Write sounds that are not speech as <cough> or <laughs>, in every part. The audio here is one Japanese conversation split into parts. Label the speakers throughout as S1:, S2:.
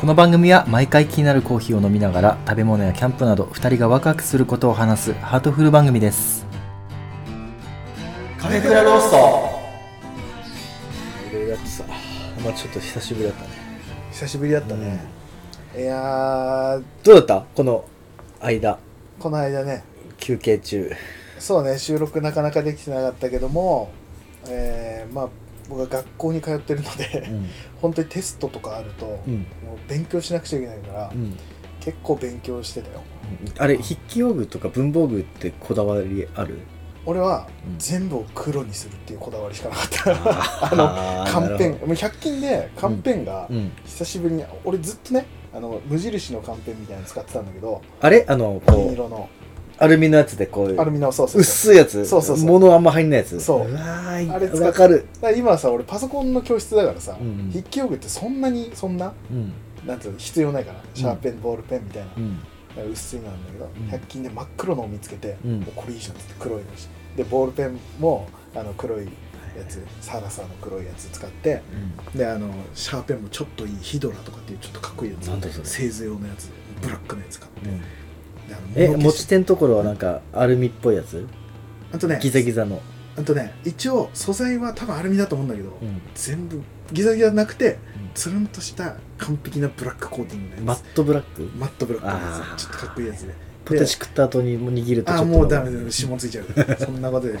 S1: この番組は毎回気になるコーヒーを飲みながら食べ物やキャンプなど2人がワクワクすることを話すハートフル番組です
S2: カフェクラロースト
S3: いろいろあってさまあちょっと久しぶりだったね
S2: 久しぶりだったね、いやー
S3: どうだったこの間
S2: この間ね
S3: 休憩中
S2: そうね収録なかなかできてなかったけども、えーまあ僕は学校に通ってるので、
S3: ん
S2: 本当にテストとかあると、
S3: うん、
S2: もう勉強しなくちゃいけないから、
S3: うん、
S2: 結構勉強してたよ
S3: あれ筆記用具とか文房具ってこだわりある
S2: 俺は
S3: うん
S2: 全部を黒にするっていうこだわりしかなかっ
S3: あ
S2: たあの
S3: ー
S2: <laughs> カンペンもう100均でカンペンが
S3: うん
S2: 久しぶりに、俺ずっとねあの無印のカンペンみたいなの使ってたんだけど
S3: あれあの
S2: 金
S3: こう
S2: 色の
S3: アルミのやつでこういう
S2: アルミのそうそうそう
S3: 薄いやつ
S2: そうそうそう
S3: 物あんま入んないやつ
S2: そう
S3: わーい
S2: あれ使っ
S3: わかる
S2: だから今はさ俺パソコンの教室だからさ、
S3: うんうん
S2: 筆記用具ってそんなにそんな
S3: うん
S2: なんていうの必要ないからシャーペン、ボールペンみたいな
S3: うん
S2: 薄いのなんだけど、
S3: ん
S2: 100均で真っ黒のを見つけて、
S3: うん
S2: もうこれいいじゃんっつって黒いのにしてでボールペンもあの黒いやつ、サラサの黒いやつ使ってであのシャーペンもちょっといいヒドラとかっていうちょっとかっこいいやつ
S3: なんだそれ
S2: 製図用のやつブラックのやつ買って
S3: うん
S2: であの
S3: え
S2: 物消し
S3: 持ち手のところはなんかアルミっぽいやつ
S2: あとね
S3: ギザギザの
S2: あとね一応素材は多分アルミだと思うんだけど、
S3: うん
S2: 全部ギザギザなくてつるんとした完璧なブラックコーティングの
S3: マ
S2: やつ
S3: ットブラック
S2: マットブラックのや
S3: あー
S2: つちょっとかっこいいやつで
S3: ポテチ食った後に握るとちょっと
S2: ああもうダメだよ指紋ついちゃうからそんなことでね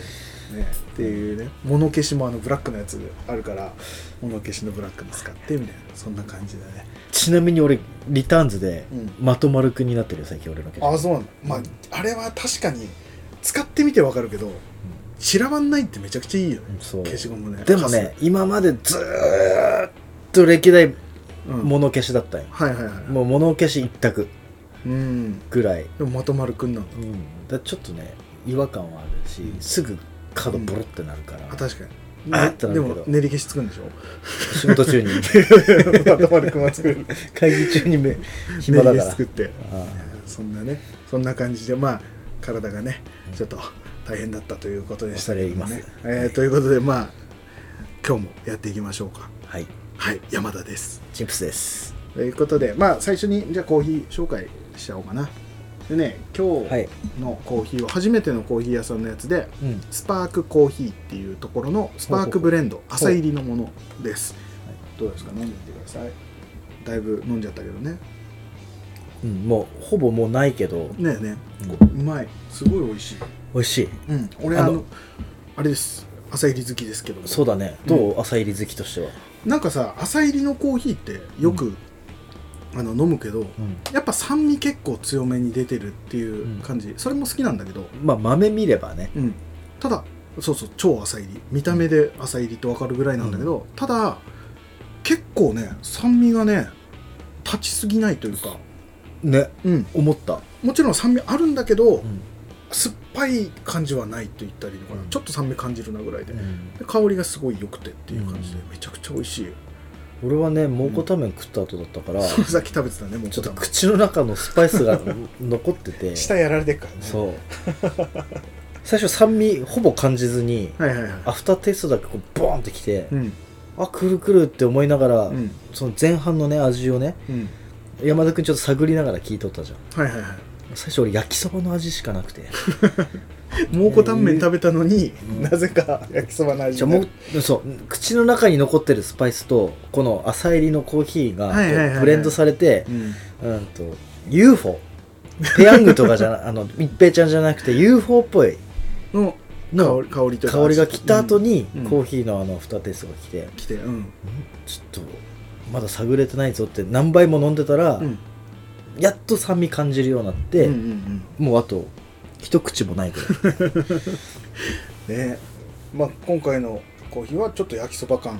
S2: っていうね物消しもあのブラックのやつあるから物消しのブラックに使ってみたいなそんな感じだね
S3: ちなみに俺リターンズで
S2: うん
S3: まとまるくになってるよ最近俺の
S2: ああそうなんだまああれは確かに使ってみてわかるけど散らばんないってめちゃくちゃいいよね
S3: うんそう
S2: 消しゴムね
S3: でもね今までずーっと歴代
S2: うん
S3: 物消しだったよ、
S2: はいはいはい
S3: もう物消し一択
S2: うん
S3: ぐらい、
S2: でもまとまるくんなんだ
S3: うん、だちょっとね違和感はあるし、
S2: うん
S3: すぐ角ボロってなるから、
S2: あ確かに
S3: あってな
S2: で
S3: るけ
S2: も
S3: ど
S2: 練り消しつくん
S3: <laughs>
S2: でしょ
S3: 仕事
S2: <laughs>
S3: 中に
S2: まとまるくんは作る
S3: <laughs> 会議中にめ
S2: 練
S3: 暇
S2: り
S3: だ
S2: 消
S3: か
S2: し
S3: ら
S2: 作って
S3: あ
S2: そんなね、そんな感じで、まあ、体がね、ちょっと大変だったということでしたけど
S3: 恐れ入
S2: ね
S3: り。
S2: えーということで、まあ、今日もやっていきましょうか。
S3: ーはい
S2: はい、山田です。
S3: チップスです
S2: ということで、まあ、最初に、じゃあコーヒー紹介しちゃおうかな。でね、今
S3: はい
S2: 日のコーヒーは、初めてのコーヒー屋さんのやつで、
S3: うん
S2: スパークコーヒーっていうところのスパークブレンド、朝入りのものです
S3: は。
S2: どうですか、飲んでみてください。だいぶ飲んじゃったけどね。
S3: うん、もうほぼもうないけど、
S2: ねえね、
S3: うん
S2: うまい。すごい美味しい。
S3: 美味しい
S2: うん、俺
S3: あ
S2: あ
S3: の
S2: のあれです朝入り好きですけども
S3: そうだねどう、朝入り好きとしては、
S2: なんかさ朝入りのコーヒーってよく、あの飲むけどやっぱ酸味結構強めに出てるっていう感じ、それも好きなんだけど、
S3: まあ豆見ればね
S2: うん、ただそうそう超朝入り見た目で朝入りって分かるぐらいなんだけど、ただ結構ね酸味がね立ちすぎないというか、
S3: ね
S2: うん、
S3: 思った、
S2: もちろん酸味あるんだけ
S3: う
S2: ど、
S3: ん
S2: 酸っぱい感じはないと言ったらいいのかな、
S3: うん
S2: ちょっと酸味感じるなぐらいで、で香りがすごい良くてっていう感じで、めちゃくちゃ美味しい
S3: 俺はね蒙古タンメン食った後だったから、
S2: それさっき食べてたねもう
S3: ちょっと
S2: 豚も
S3: 口の中のスパイスが <laughs> 残ってて
S2: 舌やられてっからね
S3: そう最初酸味ほぼ感じずに
S2: はいはいはい
S3: アフターテイストだけこうボーンってきて、
S2: うん
S3: あくるくるって思いながら、
S2: うん
S3: その前半のね味をね
S2: うん
S3: 山田君ちょっと探りながら聞いとったじゃん
S2: はいはいはい
S3: 最初俺焼きそばの味しかなくて
S2: 蒙古タンメン食べたのに、なぜか焼きそばの味
S3: じゃあもうそう口の中に残ってるスパイスとこの朝入りのコーヒーが
S2: はいはいはいはい
S3: こうブレンドされて
S2: う、ん
S3: うんと UFO ペヤングとかじゃ
S2: <laughs>
S3: なあの一平ちゃんじゃなくて UFO っぽい
S2: の
S3: の
S2: 香り香りというか
S3: 香りが来た後に、
S2: うん
S3: コーヒーのあの二テイストが来て、
S2: 来てうん、
S3: ちょっとまだ探れてないぞって何杯も飲んでたら、
S2: うん
S3: やっと酸味感じるようになって、
S2: うんうん
S3: もうあと一口もないぐらい
S2: うんねまあ今回のコーヒーはちょっと焼きそば感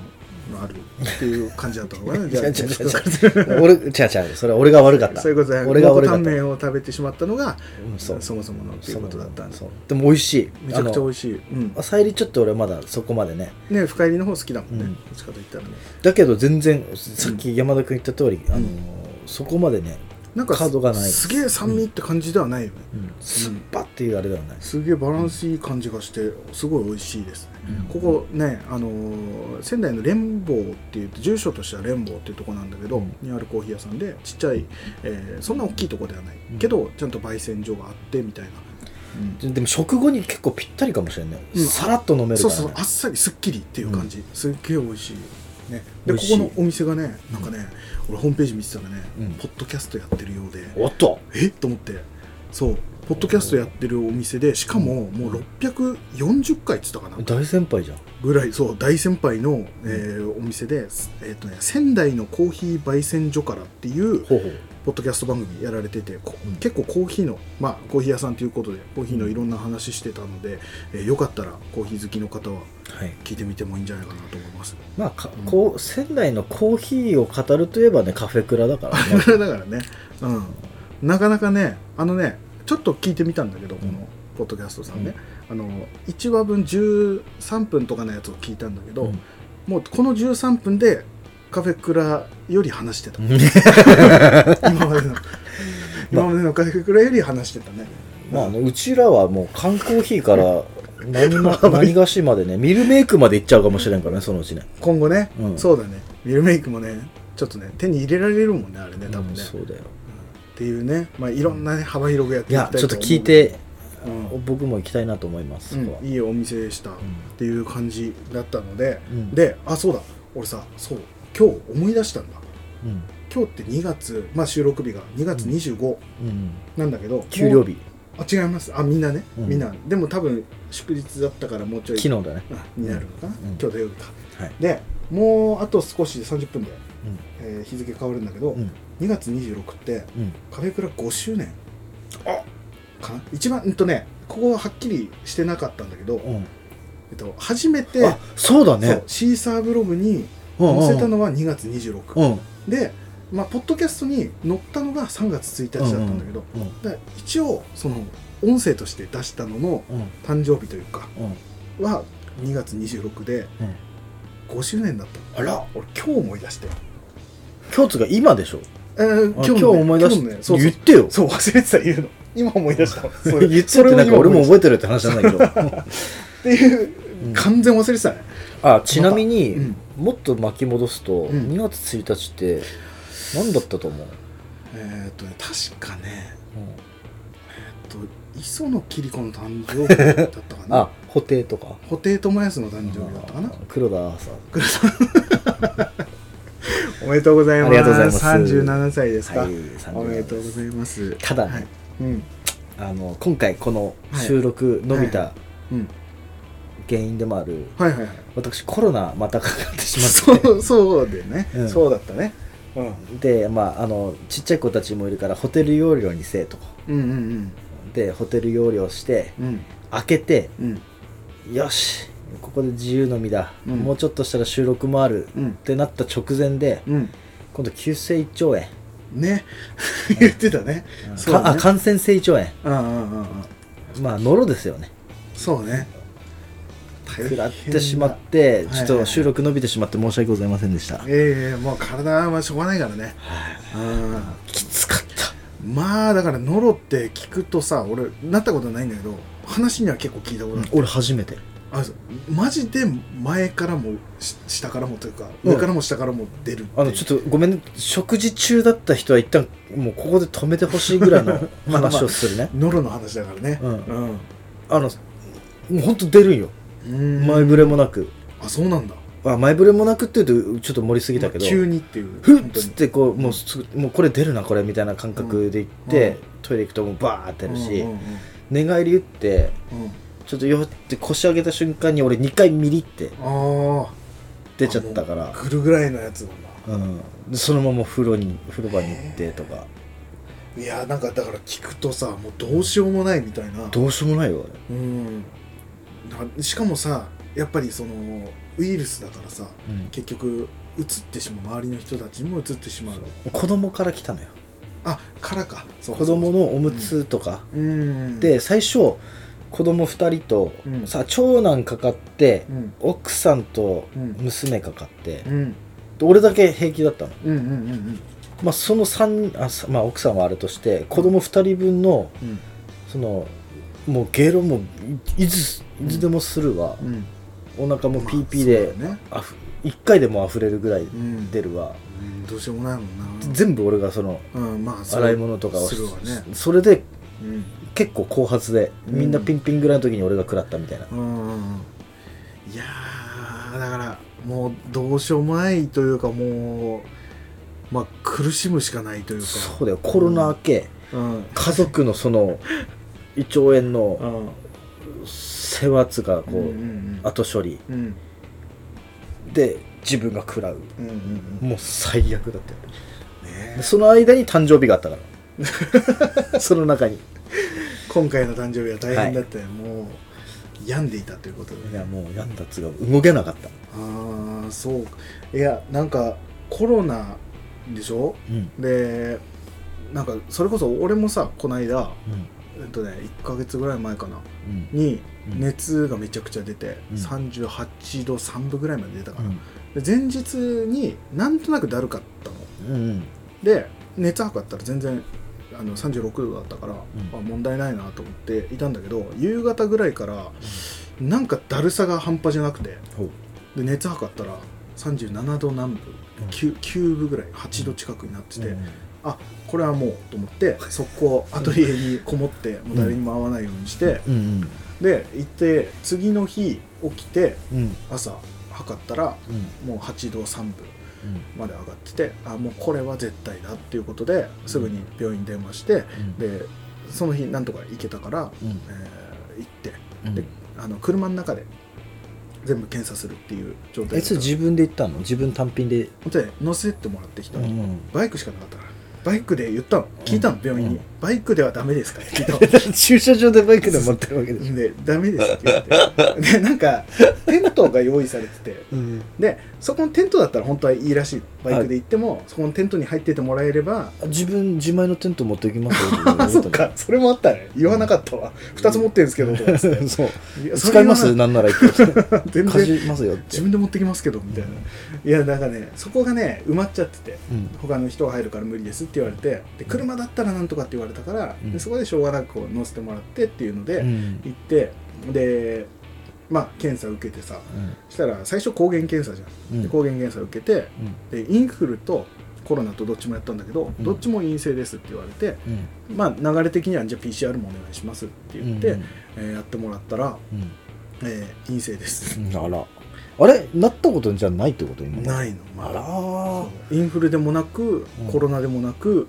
S2: のあるって <laughs> いう感じだったのかなじゃあ
S3: 違う違う違う違う俺違う違うそれは俺が悪かった
S2: そういうことだよ
S3: 俺が
S2: 蒙
S3: 悪
S2: 古タ
S3: かっ
S2: ン
S3: た
S2: メンを食べてしまったのが
S3: うん
S2: そ
S3: そう
S2: もそものっていうことだったんです
S3: そうでも美味しい
S2: めちゃくちゃ美
S3: あ
S2: 味しい、うん
S3: の、朝入りちょっと俺はまだそこまでね
S2: ね深入りの方好きだもんね、
S3: うん
S2: どっちかといったらね
S3: だけど全然さっき山田君言った通り、あ
S2: う
S3: の
S2: ん
S3: そこまでね
S2: なんか
S3: カードがない
S2: すげえ酸味って感じではないよね、
S3: うん酸っぱっていうあれではないです
S2: すげえバランスいい感じがしてすごい美味しいですね、
S1: うん
S2: ここね、あのー仙台の連坊っていう住所としては連坊っていうとこなんだけど、
S1: うん
S2: にあるコーヒー屋さんでちっちゃい、えーそんな大きいとこではないけど、ちゃんと焙煎所があってみたいな、
S3: ででも食後に結構ぴったりかもしれない、
S2: うん
S3: さらっと飲める
S2: そ
S3: か
S2: う
S3: ら、ね、
S2: そうあっさりすっきりっていう感じ、すっげえ美味しいね、
S3: 美
S2: でこ
S3: 味しい
S2: このお店がねなんかね俺ホームページ見てたらね、
S3: うん
S2: ポッドキャストやってるようで
S3: おっと
S2: えっと思ってそうポッドキャストやってるお店でしかももう640回っつったかな
S3: 大先輩じゃん
S2: ぐらいそう大先輩の、えーお店で、えーとね、仙台のコーヒー焙煎所からっていう
S3: ほうほう
S2: ポッドキャスト番組やられてて、こ
S3: うん
S2: 結構コーヒーの、まあ、コーヒー屋さんということでコーヒーのいろんな話してたので、えーよかったらコーヒー好きの方は
S3: はい
S2: 聞いてみてもいいんじゃないかなと思います。
S3: まあか
S2: うん
S3: こう仙台のコーヒーを語るといえばねカフェクラだから
S2: <laughs>
S3: ね
S2: <laughs> だからね、うん、なかなかねあのねちょっと聞いてみたんだけどこのポッドキャストさんね、あの1話分13分とかのやつを聞いたんだけど、
S3: うん
S2: もうこの13分でカフェクラより話 <laughs> してた今までの今までのカフェクラより話してたね、
S3: まあねうちらはもう缶コーヒーから何
S2: <laughs>
S3: ま何菓子までねミルメイクまでいっちゃうかもしれんからねそのうちね
S2: 今後ね、
S3: うん
S2: そうだねミルメイクもねちょっとね手に入れられるもんねあれね多分
S3: うん
S2: ね、っ
S3: そうだよ
S2: ていうね、まあ、いろんな、ね、幅広くやって
S3: い
S2: いきたい
S3: や
S2: と
S3: ち
S2: 思
S3: ょ
S2: う
S3: っと聞いて、
S2: うん
S3: 僕も行きたいなと思います、そこは
S2: うん、いいお店でした、っていう感じだったので、
S3: うん
S2: であそうだ俺さそう今日思い出したんだ
S3: うん
S2: 今日って2月、まあ、収録日が2月25
S3: うん
S2: なんだけど、
S3: 給料
S2: 日
S3: 日
S2: あ違いますあみんなね、
S3: うん
S2: みんなでも多分祝日だったからもうちょい
S3: 昨日だね
S2: あになるのかな、
S3: うん
S2: 今日土曜日か
S3: はい、
S2: でもうあと少しで30分で、えー日付変わるんだけど、
S3: うんうん
S2: 2月26って
S3: うん
S2: カフェクラ5周年かな一番うんとねここははっきりしてなかったんだけど、
S3: うん
S2: えっと、初めて
S3: あそうだ
S2: そう
S3: ね
S2: シーサーブログに
S3: うんうん
S2: 載せたのは2月26日、
S3: うん
S2: で、まあ、ポッドキャストに載ったのが3月1日だったんだけど、
S3: うんうん
S2: だから一応その音声として出したのの
S3: うん
S2: 誕生日というか
S3: うん
S2: は2月26で
S3: うん
S2: 5周年だったの
S3: あら
S2: 俺今日思い出して、
S3: 今日つうか今でしょ
S2: えー
S3: あ
S2: のね
S3: 今日思い出し
S2: 今日の
S3: て
S2: ねそうそ
S3: 言っ
S2: う
S3: てよ
S2: そう忘れてた言うの今思い出したそ
S3: <laughs>
S2: れ
S3: 言ってってなんか俺も覚えてるって話なんだけど
S2: <laughs> っていううん完全忘れてたね、
S3: あちなみに、
S2: うん
S3: もっと巻き戻すと、
S2: うん
S3: 2月1日って何だったと思う、
S2: えーっとね確かね
S3: うん
S2: えっと磯野桐子の誕生日だったか
S3: <laughs>
S2: な
S3: あ布袋とか
S2: 布袋寅泰の誕生日だったかな
S3: あ黒田アーサ
S2: おめでとうございます
S3: ありがとうございます
S2: 37歳です
S3: ー
S2: か、
S3: はい37
S2: おめでとうございます
S3: ただね、
S2: はいうん
S3: あの今回この収録伸びた
S2: うん
S3: 原因でもある、
S2: はいはいはい
S3: 私コロナまたかかってしまって
S2: そうそうでね、
S3: うん
S2: そうだったね、うん、うん
S3: でまああのちっちゃい子たちもいるからホテル容量にせえと
S2: うん
S3: でホテル容量して
S2: うんうん
S3: 開けて
S2: うん
S3: よしここで自由の身だ、
S2: うん
S3: もうちょっとしたら収録もある、
S2: うん
S3: ってなった直前で
S2: うん
S3: 今度急性胃腸炎、
S2: ね言ってたね、そう
S3: か
S2: だ
S3: あ
S2: ね
S3: 感染性胃腸炎
S2: うんうんうんうん
S3: まあノロですよね
S2: そうね
S3: 食らってしまって
S2: 大変だ
S3: ちょっと収録伸びてしまって申し訳ございませんでした、
S2: ええもう体はしょうがないからね、うん
S3: きつかった
S2: まあだからノロって聞くとさ俺なったことないんだけど話には結構聞いたことある、
S3: 俺初めて
S2: あそうマジで前からもし下からもというか
S3: うん
S2: 上からも下からも出るっていう
S3: あのちょっとごめんね食事中だった人は一旦もうここで止めてほしいぐらい
S2: <laughs>
S3: の
S2: まあまあ
S3: 話をするね
S2: ノロの話だからね
S3: うん
S2: うん、
S3: あのもうほんと出るんよ
S2: うん
S3: 前触れもなく、
S2: あそうなんだ
S3: あ前触れもなくっていうとちょっと盛りすぎたけど、
S2: まあ急にっていう
S3: ふっ
S2: 本当
S3: つっ
S2: に
S3: てこうもうすぐもうこれ出るなこれみたいな感覚で行って、
S2: うん
S3: トイレ行くともうバーって出るし、
S2: うんうん
S3: 寝返り打って
S2: うん
S3: ちょっとよって腰上げた瞬間に俺2回ミリって
S2: うんああ
S3: 出ちゃったから、
S2: くるぐらいのやつなんだ
S3: うん、でそのまま風呂に風呂場に行ってとか
S2: いやなんかだから聞くとさもうどうしようもないみたいな
S3: どうしようもないよ俺
S2: うんなしかもさやっぱりそのウイルスだからさ
S3: うん
S2: 結局移ってしまう周りの人たちにも移ってしまう
S3: 子供から来たのよ
S2: あからかそう
S3: 子供のおむつとか、
S2: うん
S3: で最初子供2人と、
S2: うん
S3: さ長男かかって、
S2: うん
S3: 奥さんと
S2: うん
S3: 娘かかって、
S2: うん
S3: で俺だけ平気だったの
S2: うんうんうん
S3: まあ、その三あ、さまあ、奥さんはあれとして子供2人分の
S2: うん
S3: そのもうゲロもいいついつでもするわ、
S2: うん
S3: お腹もピーピー
S2: まあ
S3: で
S2: そうだよね
S3: あふ1回でも溢れるぐらい
S2: うん
S3: 出るわ、
S2: うんどうしようもないもんな
S3: 全部俺がその
S2: うんまあそう
S3: 洗い物とかを
S2: するわね
S3: それで
S2: うん
S3: 結構後発で
S2: うん
S3: みんなピンピンぐらいの時に俺が食らったみたいな、
S2: うんうんいやーだからもうどうしようもないというかもうまあ苦しむしかないというか
S3: そうだよコロナ明け、
S2: うん
S3: 家族のその胃腸炎の
S2: うん
S3: 世話つがこう、
S2: うんうん
S3: 後処理
S2: うんうん
S3: で自分が食らう
S2: うんうん
S3: もう最悪だったよ
S2: ね
S3: でその間に誕生日があったから <laughs> その中に
S2: 今回の誕生日は大変だったよ、もう病んでいたということで
S3: いやもう病んだっつうか動けなかった
S2: ああそうかいやなんかコロナでしょ
S3: うん
S2: でなんかそれこそ俺もさこの間
S3: うん
S2: えっとね1ヶ月ぐらい前かな
S3: うん
S2: に
S3: うん
S2: 熱がめちゃくちゃ出て、
S3: うん
S2: 38度3分ぐらいまで出たか
S3: う
S2: な、
S3: ん
S2: で前日になんとなくだるかったの
S3: うん
S2: で熱測ったら全然あの36度だったから、
S3: ん
S2: あ問題ないなと思っていたんだけど夕方ぐらいから、なんかだるさが半端じゃなくて
S3: ほう
S2: で熱測ったら37度南部、
S3: ん
S2: 9, 9分ぐらい8度近くになってて、
S3: うん
S2: あこれはもうと思って速攻アトリエにこもってもう誰にも会わないようにして、
S3: うん
S2: で行って次の日起きて
S3: うんうん
S2: 朝測ったら
S3: うん
S2: もう8度3分
S3: うん
S2: まで上がっててあもうこれは絶対だっていうことですぐに病院に電話して
S3: うん
S2: でその日なんとか行けたから、
S3: うん
S2: えー行って
S3: うん
S2: であの車の中で全部検査するっていう状態だ
S3: え
S2: った
S3: それ自分で行ったの自分単品で
S2: で乗せてもらってきたの、
S3: ん
S2: バイクしかなかったからバイクで言ったの聞いたの病院に、
S3: うん
S2: バイクではダメですかって聞い
S3: <laughs>
S2: たの
S3: 駐車場でバイクで持ってるわけでしょ。
S2: でダメですって言ってでなんかテントが用意されてて
S3: うん。
S2: でそこのテントだったら本当はいいらしいバイクで行っても、そこのテントに入っててもらえ
S3: <laughs>
S2: れば
S3: 自分自前のテント持ってきますよ。
S2: あそっかそれもあったね言わなかったわ、二2つ持ってるんですけどとかっつって
S3: そう。
S2: いやそれ
S3: <laughs> 使いま
S2: 言
S3: す
S2: わ
S3: なんなら一回。
S2: な全
S3: 貸
S2: 然
S3: しますよって
S2: 自。分で持ってきますけどみたいな、いやなんかねそこがね埋まっちゃってて
S3: うん。
S2: 他の人が入るから無理ですって言われてで車だったらなんとかって言われたから、
S3: うん
S2: でそこでしょうがなくこう乗せてもらってっていうので、
S3: うん
S2: 行ってでまあ検査受けてさしたら最初抗原検査じゃん、
S3: うん
S2: で抗原検査受けてでインフルとコロナとどっちもやったんだけど、
S3: うん
S2: どっちも陰性ですって言われて
S3: うん。
S2: まあ流れ的にはじゃあ PCR もお願いしますって言って、えーやってもらったら、
S3: うん。
S2: えー陰性です、
S3: うん。あら。あれなったことじゃないってこと今。い。
S2: ないの
S3: あ
S2: ま
S3: ら
S2: インフルでもなく
S3: うん
S2: コロナでもなく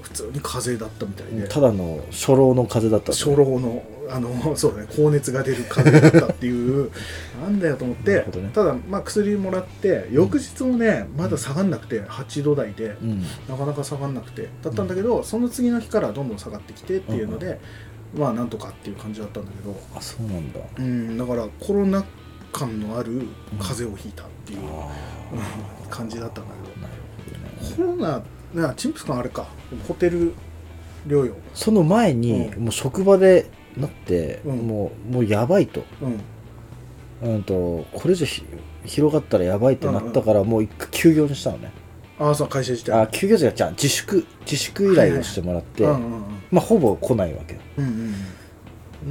S2: 普通に風邪だったみたい
S3: うん
S2: で、
S3: ただの初老の風だった。
S2: 初老のあのそうだね高熱が出る風邪だったっていう
S3: <laughs>
S2: なんだよと思っ
S3: な
S2: て
S3: る、ほどね
S2: ただ、まあ、薬もらって翌日もねまだ下がんなくて8度台で、
S3: うん。
S2: なかなか下がんなくてだったんだけど、その次の日からどんどん下がってきてっていうので、まあなんとかっていう感じだったんだけど
S3: あそうなんだ。
S2: うんだからコロナ感のある風邪をひいたっていう、うん <laughs> 感じだったんだけ
S3: なるほどね。
S2: どコロナなチンプス君あれかホテル療養
S3: その前に、
S2: うん
S3: もう職場でなって、
S2: うん
S3: もうもうやばいと,、
S2: うん
S3: うん、とこれ以上ひ広がったらやばいってなったから、もう一回休業にしたのね
S2: ああそう会社自体
S3: あ休業じゃじゃあ自粛自粛依頼をしてもらって、
S2: うんうんうん
S3: まあ、ほぼ来ないわけよ
S2: うん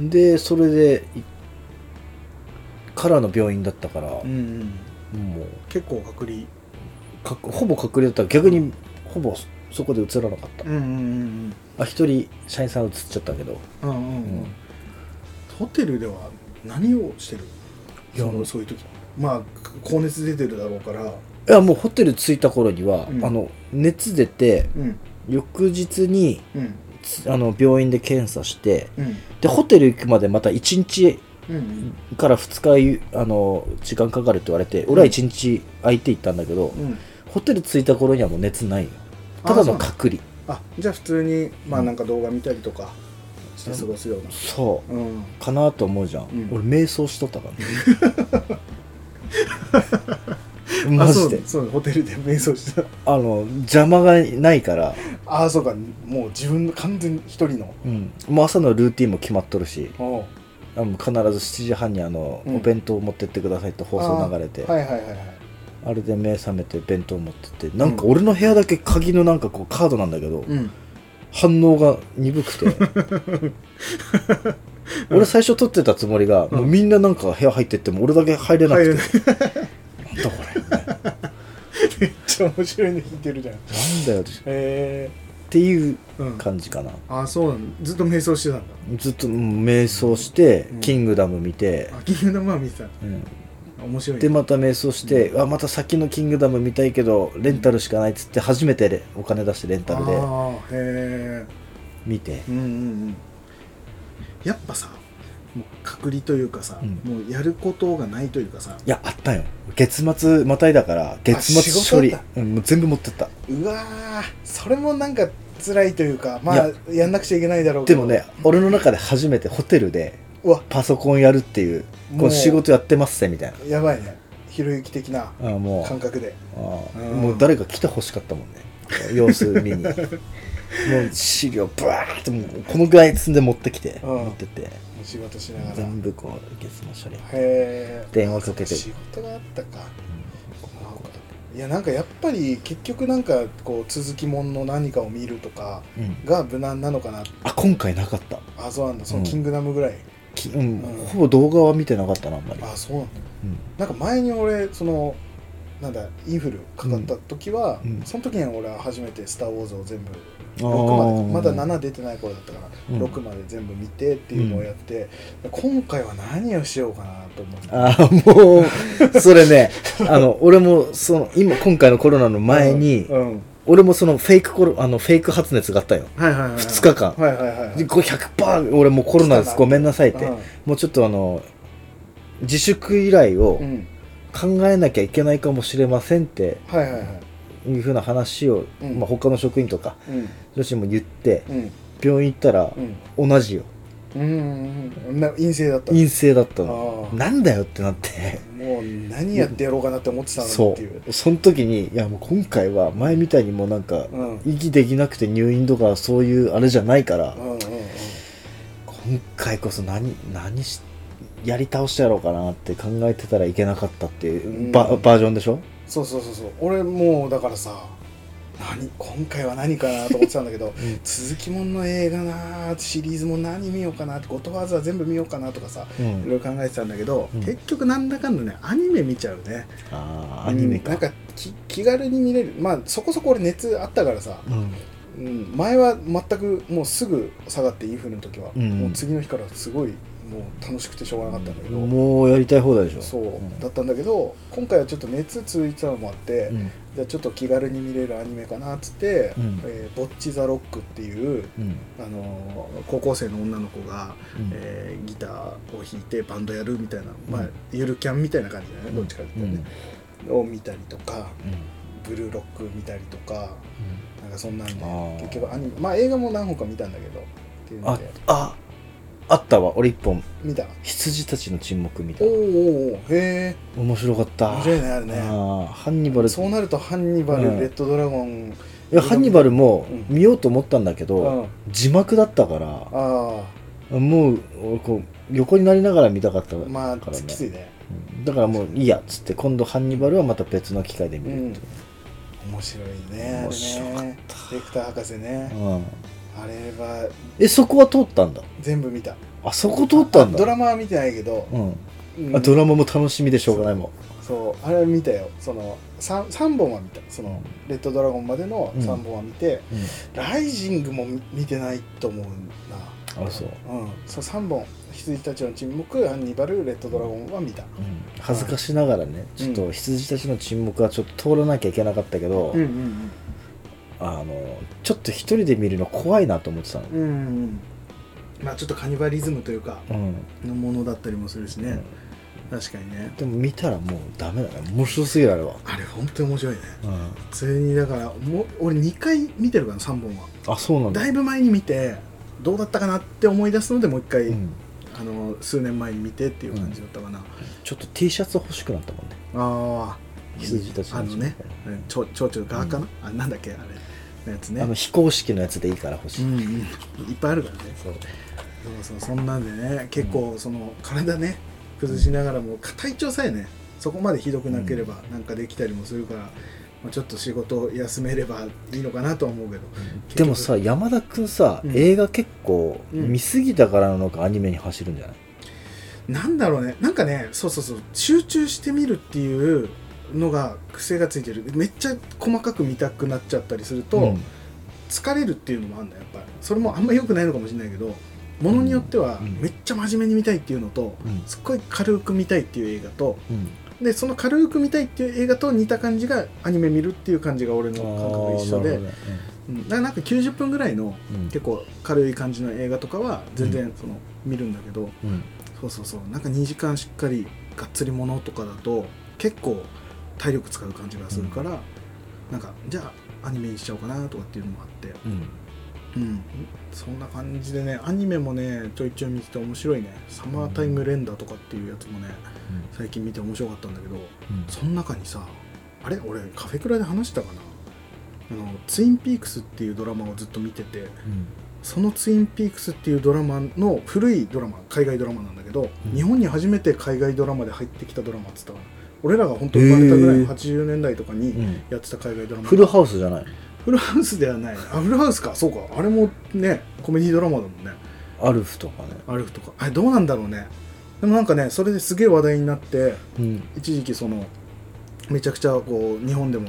S2: うん
S3: でそれでいからの病院だったから、
S2: うんうんうん
S3: もう
S2: 結構隔離
S3: かほぼ隔離だったら逆にほぼそこで移らなかった、
S2: うんうん
S3: あ一人社員さん移っちゃったけど
S2: うんうんうんうんうんホテルでは何をしてる
S3: いや
S2: そのそういう時まあ高熱出てるだろうから
S3: いやもうホテル着いた頃には、
S2: うん
S3: あの熱出て
S2: うん
S3: 翌日に
S2: うん
S3: あの病院で検査して
S2: うん
S3: でホテル行くまでまた1日
S2: うん
S3: から2日あの時間かかるって言われて俺は1日空いて行ったんだけど、
S2: うんうん
S3: ホテル着いた頃にはもう熱ないよ
S2: あ
S3: ただ
S2: そ
S3: の
S2: うなの
S3: 隔離
S2: あじゃあ普通にまあなんか動画見たりとかして過ごすような
S3: そ
S2: うん
S3: うかなと思うじゃん、
S2: うん
S3: 俺瞑想しとったから
S2: <laughs>
S3: マ
S2: あそ
S3: ジ
S2: う
S3: で
S2: そうホテルで瞑想した
S3: あの邪魔がないから、
S2: ああそうかもう自分の完全に一人の
S3: うんもう朝のルーティンも決まっとるし
S2: おう
S3: あの必ず7時半にあの、
S2: うん
S3: お弁当を持ってってくださいって放送流れて、
S2: あーはいはいはいはい
S3: あれで目覚めて弁当持ってってなんか俺の部屋だけ鍵のなんかこうカードなんだけど、
S2: うん
S3: 反応が鈍
S2: <laughs>
S3: くて俺最初撮ってたつもりが、もうみんななんか部屋入ってっても俺だけ入れな
S2: 入れ
S3: く
S2: ない
S3: てなんだこれなんだよ
S2: めっちゃ面白いの弾いてるじゃんへ <laughs>
S3: っ
S2: え
S3: ていう
S2: うん
S3: 感じかな
S2: あそうなのずっと瞑想してたんだ
S3: ずっとうん瞑想して、
S2: うん
S3: キングダム見て、
S2: あキングダムは見てた
S3: うん
S2: 面白いね
S3: でまた瞑想して、あまた先のキングダム見たいけどレンタルしかないっつって初めてレお金出してレンタルで
S2: ああへ
S3: 見て
S2: えうんうんうんやっぱさもう隔離というかさ、
S3: うん
S2: もうやることがないというかさ
S3: いやあったよ月末またいだから月
S2: 仕
S3: 末
S2: 事
S3: 処理
S2: だっ
S3: うんもう全部持ってった
S2: うわーそれもなんか辛いというかまあ
S3: い
S2: やんなくちゃいけないだろうけ
S3: で
S2: ど
S3: もね俺の中で初めてホテルで
S2: うわ
S3: パソコンやるっていう
S2: もう
S3: この仕事やってますぜみたい
S2: やばいねひろゆき的な
S3: なあも
S2: 感
S3: う
S2: 覚で
S3: あ
S2: うん
S3: もう誰か来てほしかったもんね様子見に <laughs> もう資料バーってもうこのぐらい積んで持ってきて
S2: うん
S3: 持ってって
S2: 仕事しながら
S3: 全部こう月末処理
S2: へえ
S3: 電話かけて
S2: 仕事があったかいやなんかやっぱり結局なんかこう続きもんの何かを見るとか
S3: うん
S2: が無難なのかな
S3: あ今回なかった
S2: あそうなんだその
S3: うん
S2: キングダムぐらい、
S3: き、うん
S2: うん
S3: ほぼ動画は見てなかったなあんまり、
S2: あそうなんだ
S3: うん
S2: なんか前に俺そのなんだインフルかかった時は、
S3: うんうん
S2: その時に俺は初めて「スター・ウォーズ」を全部
S3: あ
S2: 6
S3: ー
S2: までまだ7出てない頃だったから、
S3: うん
S2: 6まで全部見てっていうのをやって、今回は何をしようかなと思って
S3: あーもうそれね <laughs> あの俺もその今今回のコロナの前に、
S2: うんうん
S3: 俺もそのフェイクコロあのフェイク発熱があったよ
S2: はいはいはいはい、
S3: 2日間
S2: はいはいはいはい
S3: でこれ100%俺もうコロナで
S2: 来た
S3: す
S2: な
S3: ごめんなさいって、
S2: うん
S3: もうちょっとあの自粛依頼を
S2: うん
S3: 考えなきゃいけないかもしれませんって
S2: はいはいはい
S3: いうふうな話を、
S2: うん
S3: まあ、他の職員とか
S2: うん
S3: 女子も言って
S2: うん
S3: 病院行ったら
S2: うん
S3: 同じよ
S2: うんうんうんな陰性だった
S3: 陰性だった
S2: あ
S3: の
S2: ー
S3: なんだよってな
S2: <laughs>
S3: って
S2: もう何やってやろうかなって思ってたのに
S3: そ
S2: っていう
S3: うその時にいやもう今回は前みたいにもうなんか
S2: うんうん
S3: 息できなくて入院とかそういうあれじゃないから
S2: うんうん
S3: 今回こそ何何しやり倒してやろうかなって考えてたらいけなかったっていう、
S2: うん
S3: ババージョンでしょ
S2: そうそうそうそう俺もうだからさ何今回は何かなと思ってた
S3: <laughs>
S2: んだけど、
S3: ん
S2: 続きもんの映画なシリーズも何見ようかなってことわざは全部見ようかなとかさ
S3: う
S2: い
S3: ん
S2: ろいろ考えてたんだけど、
S3: うん
S2: 結局なんだかんだねアニメ見ちゃうね
S3: ああアニメか、
S2: うんなんかき気軽に見れるまあそこそこ俺熱あったからさ、
S3: うん
S2: うん、前は全くもうすぐ下がってインフルの時は、
S3: うん
S2: もう次の日からすごいもう楽しくてしょうがなかったんだけど、
S3: もうやりたい放題でしょ
S2: そう、
S3: ん
S2: だったんだけど今回はちょっと熱続いてたのもあって、
S3: うん
S2: じゃあちょっと気軽に見れるアニメかなっつって「
S3: うん
S2: えーボッチ・ザ・ロック」っていう、
S3: うん
S2: あのー高校生の女の子が、
S3: うん
S2: えーギターを弾いてバンドやるみたい
S3: ん
S2: な、まあ、ゆるキャンみたいな感じだよね、どっちかっていうとね、を見たりとか
S3: うんうん
S2: ブルーロック見たりとかなんかそんなんで
S3: あー
S2: 結局アニメまあ映画も何本か見たんだけどっていうの
S3: あ
S2: で
S3: ああったわ俺一本
S2: 見た
S3: 羊たちの沈黙みた
S2: お
S3: い
S2: ー
S3: な
S2: おーおーへえ
S3: 面白かった
S2: 面白いねあれね
S3: ああハンニバル
S2: そうなるとハンニバル、
S3: うん
S2: レッドドラゴン
S3: いやハンニバルも
S2: うん
S3: 見ようと思ったんだけど、
S2: うん
S3: 字幕だったから
S2: あ
S3: もう俺こう横になりながら見たかったか
S2: あ
S3: ら、ね
S2: まあきついね
S3: うんだからもういいやっつって今度ハンニバルはまた別の機会で見るっていう、
S2: 面白いね
S3: 面白か
S2: あれねレクター博士ね、
S3: うん
S2: あれは
S3: えそこは通ったんだ
S2: 全部見た
S3: あそこ通ったんだ
S2: ドラマは見てないけど、
S3: うん、
S2: うん
S3: あドラマも楽しみでしょうがないもん
S2: そうあれは見たよその 3, 三本は見たそのレッドドラゴンまでの
S3: うん
S2: 3本は見て、
S3: う
S2: ライジングも見見てないと思う
S3: あそう、
S2: なうんそう3本羊たちの沈黙ハンニバルレッドドラゴンは見た
S3: うん恥ずかしながらねちょっと羊たちの沈黙はちょっと通らなきゃいけなかったけど、
S2: ん
S3: あのちょっと一人で見るの怖いなと思ってたの
S2: うんうんまあちょっとカニバリズムというか
S3: うん、
S2: のものだったりもするしね、確かにね
S3: でも見たらもうダメだね面白すぎるあれは、
S2: あれ本当に面白いね
S3: うん、
S2: 普通にだからもう俺2回見てるから3本は
S3: あそうなんだ
S2: だいぶ前に見てどうだったかなって思い出すのでもう一回、
S3: うん、
S2: あの数年前に見てっていう感じだったかな、
S3: ちょっと T シャツ欲しくなったもんね
S2: ああ
S3: 羊たちの
S2: あのねうんちょ蝶々側かな、あなんだっけあれのやつね
S3: あの非公式のやつでいいから欲し
S2: う
S3: い、
S2: んうんいっぱいあるからね
S3: そう
S2: そうそうそんなんでね結構その体ね崩しながらも体調さえねそこまでひどくなければなんかできたりもするから、まあ、ちょっと仕事を休めればいいのかなとは思うけど
S3: でもさ山田君さ、
S2: うん
S3: 映画結構
S2: うん
S3: 見すぎたからなのかアニメに走るんじゃない、
S2: なんだろうねなんかねそうそうそう集中してみるっていうのが癖がついてるめっちゃ細かく見たくなっちゃったりすると、
S3: うん
S2: 疲れるっていうのもあるんだよやっぱりそれもあんま良くないのかもしれないけどものによっては
S3: うんうん
S2: めっちゃ真面目に見たいっていうのと、
S3: うん
S2: すっごい軽く見たいっていう映画と
S3: うん
S2: でその軽く見たいっていう映画と似た感じがアニメ見るっていう感じが俺の感覚一緒
S3: あーなる
S2: で、
S3: ほどね
S2: うん、だからなんか90分ぐらいの
S3: うん
S2: 結構軽い感じの映画とかは全然その見るんだけど、
S3: うん
S2: そうそうそうなんか2時間しっかりがっつりものとかだと結構体力使う感じがするから、なんかじゃあアニメにしちゃおうかなとかっていうのもあって、
S3: うん
S2: うん、そんな感じでねアニメもねちょいちょい見てて面白いね「サマータイムレンダー」とかっていうやつもね最近見て面白かったんだけど
S3: うん
S2: その中にさあれ俺カフェクラで話したかなあのツインピークスっていうドラマをずっと見ててそのツインピークスっていうドラマの古いドラマ海外ドラマなんだけど、
S3: うん
S2: 日本に初めて海外ドラマで入ってきたドラマっつったかな俺らが本当生まれたぐらい
S3: へ
S2: の
S3: ー
S2: 80年代とか
S3: うんう
S2: に
S3: ん
S2: やってた海外ドラマ、
S3: フルハウスじゃない
S2: フルハウスではないあフルハウスかそうかあれもねコメディドラマだもんね
S3: アルフとかね、
S2: あれとかあれどうなんだろうねでもなんかねそれですげえ話題になって
S3: うん、
S2: 一時期そのめちゃくちゃこう日本でも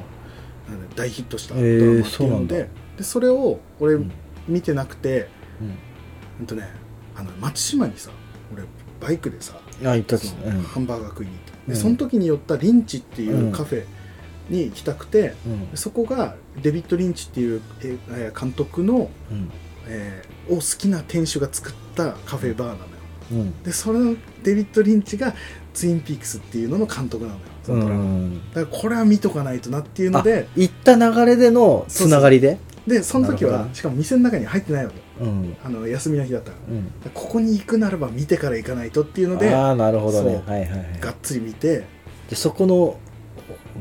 S2: なんだ大ヒットした
S3: へ
S2: ドラマ
S3: ー
S2: っていうので,、
S3: そうなん
S2: でそれを俺
S3: うん
S2: 見てなくて、
S3: う
S2: うんとねあの松島にさ俺バイクでさ
S3: ん、あ行ったっす
S2: そ
S3: ね
S2: のハンバーガー食いに行った、
S3: うん
S2: でその時に寄ったリンチっていううんカフェに行きたくて、
S3: うんうん
S2: でそこがデビッド・リンチっていうえーえー監督の、
S3: うん
S2: えーを好きな店主が作ったカフェバーなのよ
S3: うん
S2: でそれのデビッド・リンチがツインピークスっていうのの監督なのよそのドラマ、
S3: うん
S2: だからこれは見とかないとなっていうので
S3: 行った流れでのつながりで
S2: でその時
S3: なる
S2: は、
S3: ほどね
S2: しかも店の中に入ってないわけ
S3: うん
S2: あの休みの日だったから
S3: うん
S2: だからここに行くならば見てから行かないとっていうので
S3: ああなるほどね
S2: そう
S3: はいはいはい
S2: がっつり見て
S3: でそこの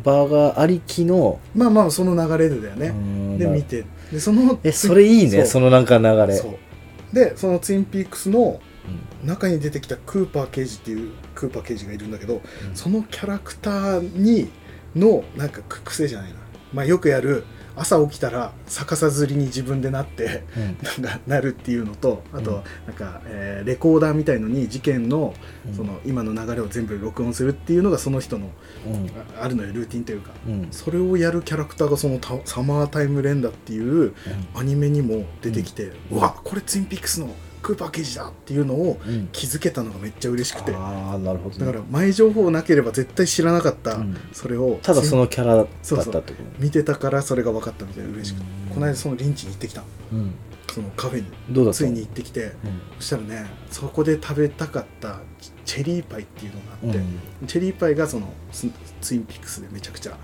S3: バーガーありきの
S2: まあまあその流れでだよね、
S3: ね
S2: で見てでその
S3: えそれいいね
S2: そう
S3: そのなんか流れ
S2: そうでそのツインピークスの
S3: うん
S2: 中に出てきたクーパー刑事っていうクーパー刑事がいるんだけど、
S3: うん
S2: そのキャラクターにのなんかく癖じゃないな、まあ、よくやる朝起きたら逆さずりに自分でなって <laughs>
S3: うん
S2: なんかなるっていうのとあ
S3: う
S2: と
S3: ん
S2: なんか、えーレコーダーみたいのに事件の
S3: うん
S2: その今の流れを全部録音するっていうのがその人の
S3: うん
S2: ああるのよルーティンというか
S3: うん
S2: それをやるキャラクターがそのたサマータイムレンダっていうアニメにも出てきて、うわこれツインピックスのクーパー刑事だっていうのを
S3: うん
S2: 気づけたのがめっちゃ嬉しくてだ
S3: ああなるほどね
S2: から前情報なければ絶対知らなかった、
S3: うん
S2: それを
S3: ただそのキャラだった
S2: そう
S3: っ
S2: そう
S3: てこと
S2: 見てたからそれが分かったみたいで嬉しくて
S3: うん
S2: この間そのリンチに行ってきたの
S3: うん
S2: そのカフェに
S3: どうだった
S2: ついに行ってきてそしたらねそこで食べたかったチチェリーパイっていうのがあ
S3: うん
S2: っ
S3: う
S2: て、
S3: ん
S2: チェリーパイがそのスツインピックスでめちゃくちゃ、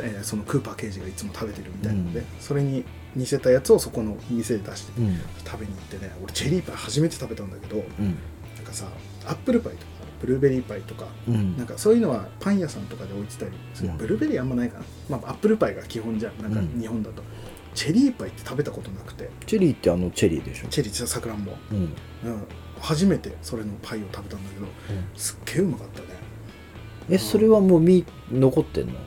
S2: えーそのクーパー刑事がいつも食べてるみたいなので、
S3: うん
S2: それに似せたやつをそこの店で出して
S3: うん
S2: 食べに行ってね俺チェリーパイ初めて食べたんだけど
S3: うん
S2: なんかさアップルパイとかブルーベリーパイとか
S3: うん
S2: なんかそういうのはパン屋さんとかで置いてたりする、
S3: うん
S2: ブルーベリーあんまないかな、まあ、アップルパイが基本じゃんなんか
S3: うん
S2: 日本だと、チェリーパイって食べたことなくて
S3: チェリーってあのチェリーでしょ
S2: チェリーってさくらんぼ、
S3: うん
S2: うん、初めてそれのパイを食べたんだけどすっげえうまかったね
S3: えそれはもう身残ってんのも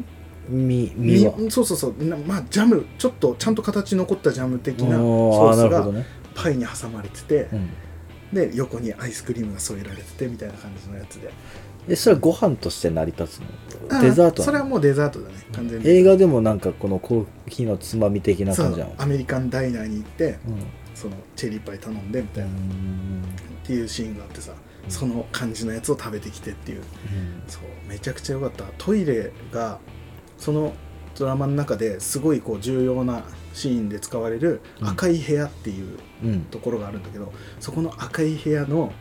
S3: う身身は
S2: みそうそうそうなまあジャムちょっとちゃんと形残ったジャム的なソ
S3: ああな
S2: ー
S3: る
S2: ス
S3: ほど
S2: が
S3: ね
S2: パイに挟まれてて、
S3: うん
S2: で横にアイスクリームが添えられててみたいな感じのやつで
S3: えそれはご飯として成り立つ
S2: あ
S3: のデザートなの
S2: それはもうデザートだね完全に
S3: 映画でもなんかこのコーヒーのつまみ的な
S2: そ
S3: 感じじゃん
S2: うアメリカンダイナーに行って
S3: うん
S2: そのチェリーパイ頼んでみたいな、
S3: うん
S2: っていうシーンがあってさその感じのやつを食べてきてっていうそうめちゃくちゃ良かったトイレがそのドラマの中ですごいこう重要なシーンで使われる
S3: うん
S2: 赤い部屋っていう
S3: うん
S2: ところがあるんだけど、そこの赤い部屋の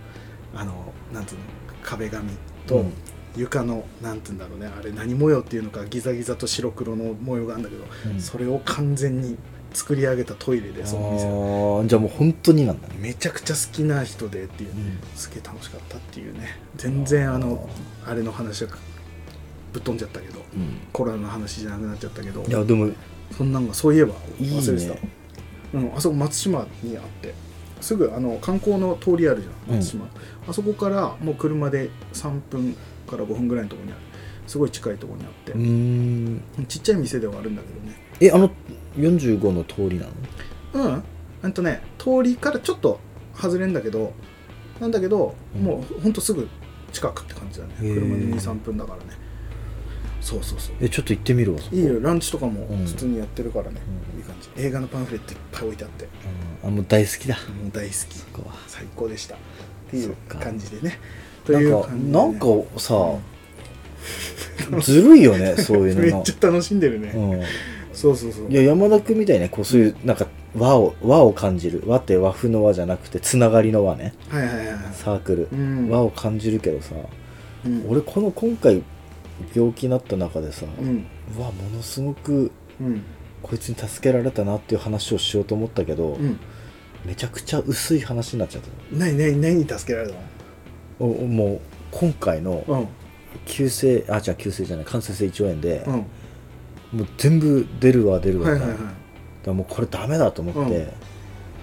S2: あのなんつうの壁紙と、
S3: うん
S2: 床のなんて言うんだろうねあれ何模様っていうのかギザギザと白黒の模様があるんだけど、
S3: うん
S2: それを完全に作り上げたトイレでその店が
S3: あーじゃあもう本当になんだね
S2: めちゃくちゃ好きな人でっていうすげえ楽しかったっていうね全然あのあれの話がぶっ飛んじゃったけど
S3: うん
S2: コロナの話じゃなくなっちゃったけど
S3: いやでも
S2: そんなんがそういえば
S3: いい
S2: 忘れてた
S3: ね
S2: うん、あそこ松島にあってすぐあの観光の通りあるじゃん、
S3: うん
S2: 松島あそこからもう車で3分から5分ぐらいのところにあるすごい近いところにあって
S3: う、ーん
S2: ちっちゃい店ではあるんだけどね
S3: えあの45の通りなの
S2: うんうんとね通りからちょっと外れんだけどなんだけど、
S3: うん
S2: もうほんとすぐ近くって感じだね
S3: へー
S2: 車で23分だからねそうそうそう
S3: えちょっと行ってみるわそこ
S2: いいよランチとかも
S3: うん
S2: 普通にやってるからね、
S3: うん
S2: いい感じ映画のパンフレットいっぱい置いてあって
S3: うんあもう大好きだ
S2: もう大好き
S3: ここは
S2: 最高でしたってい
S3: そうっか
S2: 感じでねと
S3: なん
S2: い
S3: か
S2: う感じでね
S3: なんかさ、ずるいよ
S2: <laughs>
S3: ねそういう
S2: め
S3: の
S2: っちゃ楽しんでるね、
S3: の、
S2: そうそうそう
S3: うん、いや山田君みたいにねこうそういうなんか和を和を感じる和って和風の和じゃなくてつながりの和ね
S2: はいはいはいはい
S3: サークル
S2: う、ん
S3: 和を感じるけどさ
S2: うん
S3: 俺この今回病気になった中でさ、
S2: う
S3: うんわものすごく
S2: うん
S3: こいつに助けられたなっていう話をしようと思ったけど、
S2: うん
S3: めちゃくちゃ薄い話になっちゃった
S2: 何何何に助けられた
S3: おおもう今回の
S2: の
S3: 急性あじゃあ急性じゃない感染性胃腸炎で、
S2: うん
S3: もう全部出るわ出
S2: う
S3: る
S2: ん
S3: わ、
S2: はいはい
S3: だ
S2: はい
S3: からもうこれダメだと思って、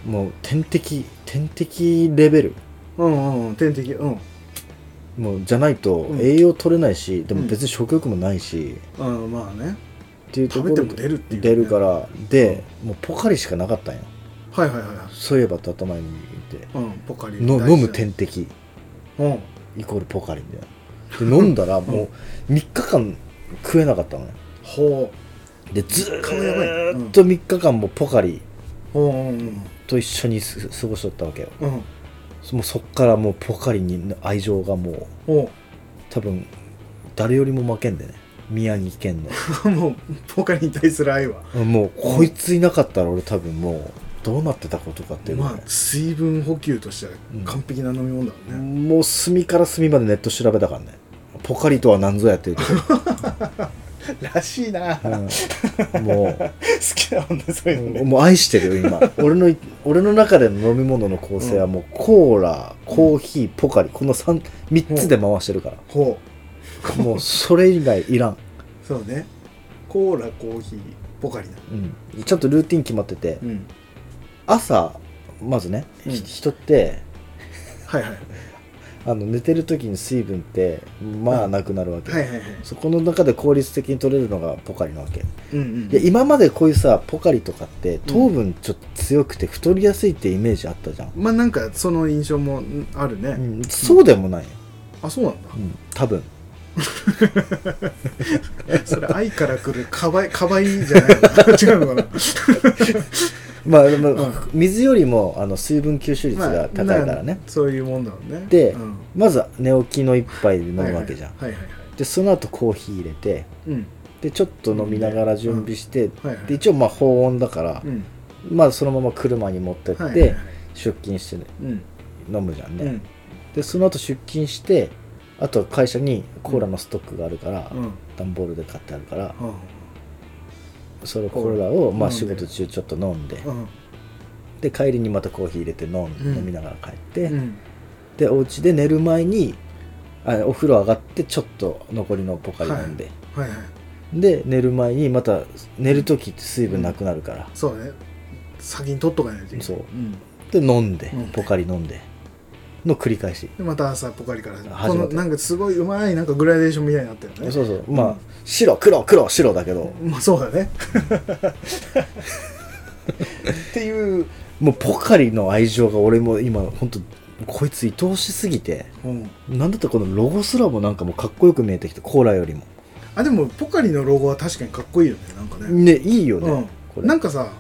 S3: もう点滴点滴レベル
S2: うんうんうん点滴うん
S3: もうじゃないと
S2: うん
S3: 栄養取れないし、で
S2: う
S3: も
S2: ん
S3: 別に食欲もないし、
S2: うんまあね
S3: っていうところ
S2: 食べても出るっていうね
S3: 出るからでもうポカリしかなかったんよ
S2: はいはいはいは
S3: そういえばと頭にいて
S2: いうんポカリ
S3: の
S2: 大事だ
S3: 飲む点滴
S2: うん
S3: イコールポカリみたいなで飲んだらもう3日間食えなかったのよ
S2: ほ
S3: でず
S2: う顔やばい
S3: ーっと3日間もうポカリ
S2: うんうんうん
S3: と一緒にす過ごしとったわけよ
S2: うん
S3: もうそっからもうポカリに愛情がもう
S2: ほ
S3: 多分誰よりも負けんでね宮城県
S2: う <laughs> もうポカリに対する愛は
S3: の <laughs> もうこいついなかったら俺多分もうどうなってたことかっていうぐらい
S2: まあ水分補給としては
S3: うん
S2: 完璧な飲み物だもんね
S3: もう隅から隅までネット調べたからねポカリとは何ぞやっていう <laughs> とこ
S2: らしいな好
S3: うんも
S2: きだもんねそういう
S3: う
S2: のね
S3: もう愛してるよ今俺の俺の中での飲み物の構成はもうコーラコーヒーポカリこの 3, 3つで回してるから
S2: ほ
S3: もうそれ以外いらん、
S2: うそうねコーラコーヒーポカリな
S3: うん、ちゃんとルーティン決まってて
S2: うん
S3: 朝まずね、ひ
S2: うん
S3: 人って
S2: はいはい
S3: あの寝てる時に水分ってまあ
S2: うん
S3: なくなるわけ、
S2: はいはいはい
S3: そこの中で効率的に取れるのがポカリなわけ
S2: うんうん
S3: で今までこういうさポカリとかって糖分ちょっと強くて太りやすいってイメージあったじゃん、
S2: まあなんかその印象もんあるね、
S3: うんそうでもないよ、
S2: あそうなんだ
S3: うん、多分
S2: それ愛から来るかばいかばいじゃないのかな違うのかな
S3: まあ、まあ
S2: うん
S3: 水よりもあの水分吸収率
S2: ま
S3: が
S2: あ
S3: 高いからね、
S2: なそういうもんだろうね
S3: で
S2: うん
S3: まず寝起きの一杯で飲むわけじゃん、
S2: はいはいはいはい
S3: でその後コーヒー入れて
S2: うん
S3: でちょっと飲みながら準備して、
S2: はいはい
S3: で一応まあ保温だから
S2: う、ん
S3: まあそのまま車に持ってっ
S2: はいはいは
S3: て
S2: い
S3: 出勤して
S2: うん
S3: 飲むじゃんね、
S2: うん
S3: でその後出勤してあとは会社にコーラのストックがあるから、
S2: うん
S3: 段ボールで買ってあるから、
S2: うん
S3: そのコーラをまあ
S2: 飲ん
S3: 仕
S2: で
S3: 事中ちょっと飲んで、
S2: うん
S3: で帰りにまたコーヒー入れて飲ん
S2: うん
S3: 飲みながら帰って、
S2: うん
S3: でお家で寝る前にあお風呂上がってちょっと残りのポカリ飲んで、
S2: はいはい
S3: で寝る前にまた寝る時って水分なくなるから、
S2: そうだね先に取っとかないといけない
S3: そうんで飲んで、
S2: うん
S3: ポカリ飲んでの繰り返し、
S2: でまた朝ポカリから始まる
S3: 始
S2: こ
S3: ま
S2: の
S3: って
S2: なんかすごいうまいなんかグラデーションみたいになってるね
S3: そうそうまあ、
S2: うん
S3: 白黒黒白だけど、
S2: まあそうだね
S3: っていうもうポカリの愛情が俺も今本当こいつ愛おしすぎて
S2: うん
S3: なんだったらこのロゴすらもなんかもうかっこよく見えてきてコーラよりも
S2: あでもポカリのロゴは確かにかっこいいよねなんかね
S3: ねいいよね、こ
S2: う
S3: れ
S2: ん、なんかさ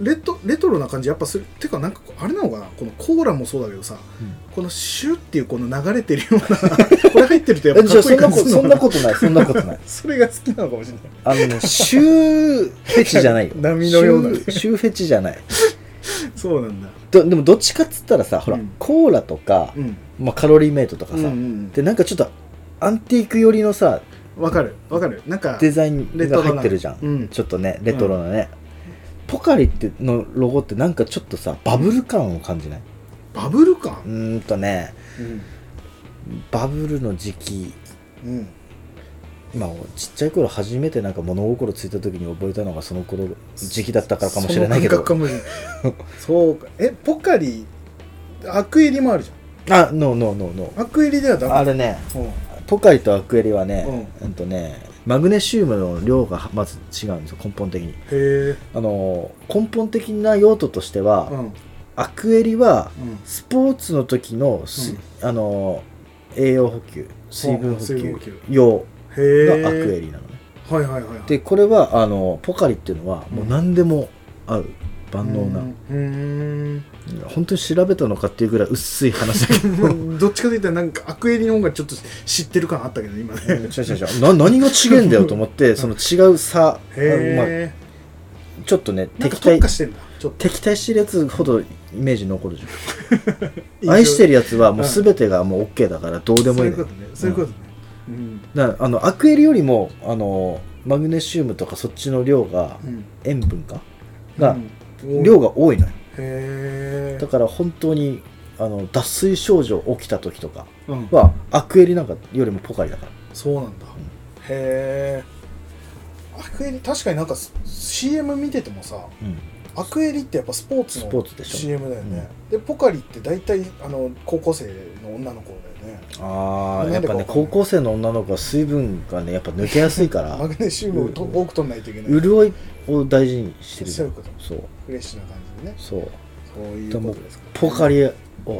S2: レトレトロな感じやっぱするてかなんかこうあれなのかなこのコーラもそうだけどさ、
S3: う
S2: このシュッっていうこの流れてるような <laughs> これ入ってるとやっぱ
S3: えじ
S2: か
S3: ゃあ
S2: っこ
S3: そんなこと
S2: いい感じする
S3: そん
S2: の
S3: なことないそんなこと
S2: <laughs>
S3: ない
S2: それが好きなのかもしれない
S3: あのねシューフェチじゃないよ
S2: <laughs> 波のようなね
S3: シューシューフェチじゃない
S2: そうなんだ
S3: どでもどっちかっつったらさほら、
S2: うん
S3: コーラとか
S2: う、ん
S3: まあ、カロリーメイトとか
S2: うん
S3: さ、
S2: うん
S3: でなんかちょっとアンティーク寄りのさ
S2: わかるわかるなんか
S3: デザイン
S2: レトロ
S3: が
S2: な
S3: 入ってるじゃん、
S2: うん
S3: ちょっとねレトロなね、ポカリってのロゴってなんかちょっとさバブル感を感じない
S2: バブル
S3: う
S2: 感
S3: ーんとね
S2: うん、
S3: バブルの時期
S2: うん、
S3: まあちっちゃい頃初めてなんか物心ついた時に覚えたのがその頃時期だったからかもしれないけど
S2: その感覚かもしれないそうかえポカリアクエリもあるじ
S3: あノーノーノーノ
S2: ゃんアクエリではダメ
S3: ーあれね
S2: うん
S3: ポカリとアクエリはね、
S2: う
S3: うんとねマグネシウムの量がまず違うんですよ根本的に
S2: へえ
S3: あの根本的な用途としては、
S2: うんうん
S3: アクエリはスポーツの時のす、
S2: うん
S3: あの栄養補給水分補
S2: 水分補
S3: 給
S2: 給
S3: 用
S2: へえ
S3: がアクエリなのね、
S2: はいはいはいはい
S3: でこれはあのポカリっていうのはもう何でも合う万能な、
S2: うーん
S3: 本当に調べたのかっていうぐらい薄い話
S2: <laughs>
S3: だけど
S2: どっちかといったらなんかアクエリの方がちょっと知ってる感あったけ
S3: <laughs>
S2: ど今
S3: 違う
S2: ね
S3: 違う違うな何が違うんだよと思ってその違う差、まあ、
S2: へえ
S3: ちょっとね
S2: な
S3: 敵
S2: んか特
S3: 対
S2: 化してんだちょっと
S3: 敵対してるやつほどイメージ残るじゃん愛して
S2: る
S3: るやつはもう全てがもう OK だからどうでもいい
S2: そういう
S3: の
S2: ことねそういうことねうん
S3: だからあのアクエリよりもあのマグネシウムとかそっちの量が
S2: うん
S3: 塩分かが
S2: うん
S3: 量が多いのよ
S2: へ
S3: だから本当にあの脱水症状起きた時とか
S2: え、うん、
S3: はアクエリなんかよりもポカリだから
S2: そうなんだ、へえアクエリ確かになんか CM 見ててもさ
S3: うん
S2: アクエリってやっぱスポーツ
S3: スポ
S2: の
S3: ーツでしょ
S2: CM だよねでポカリって大体あの高校生の女の子だよね
S3: ああ
S2: な
S3: や
S2: ん
S3: っ
S2: でか
S3: ぱ
S2: わかんない
S3: ね高校生の女の子は水分がねやっぱ抜けやすいから
S2: <laughs> マグネシウムをと多く取らないといけない
S3: 潤いを大事にしてるじ
S2: そ
S3: ゃ
S2: ういうんこと
S3: そう
S2: フレッシュな感じでね
S3: そう
S2: そういうことですか
S3: ポカリを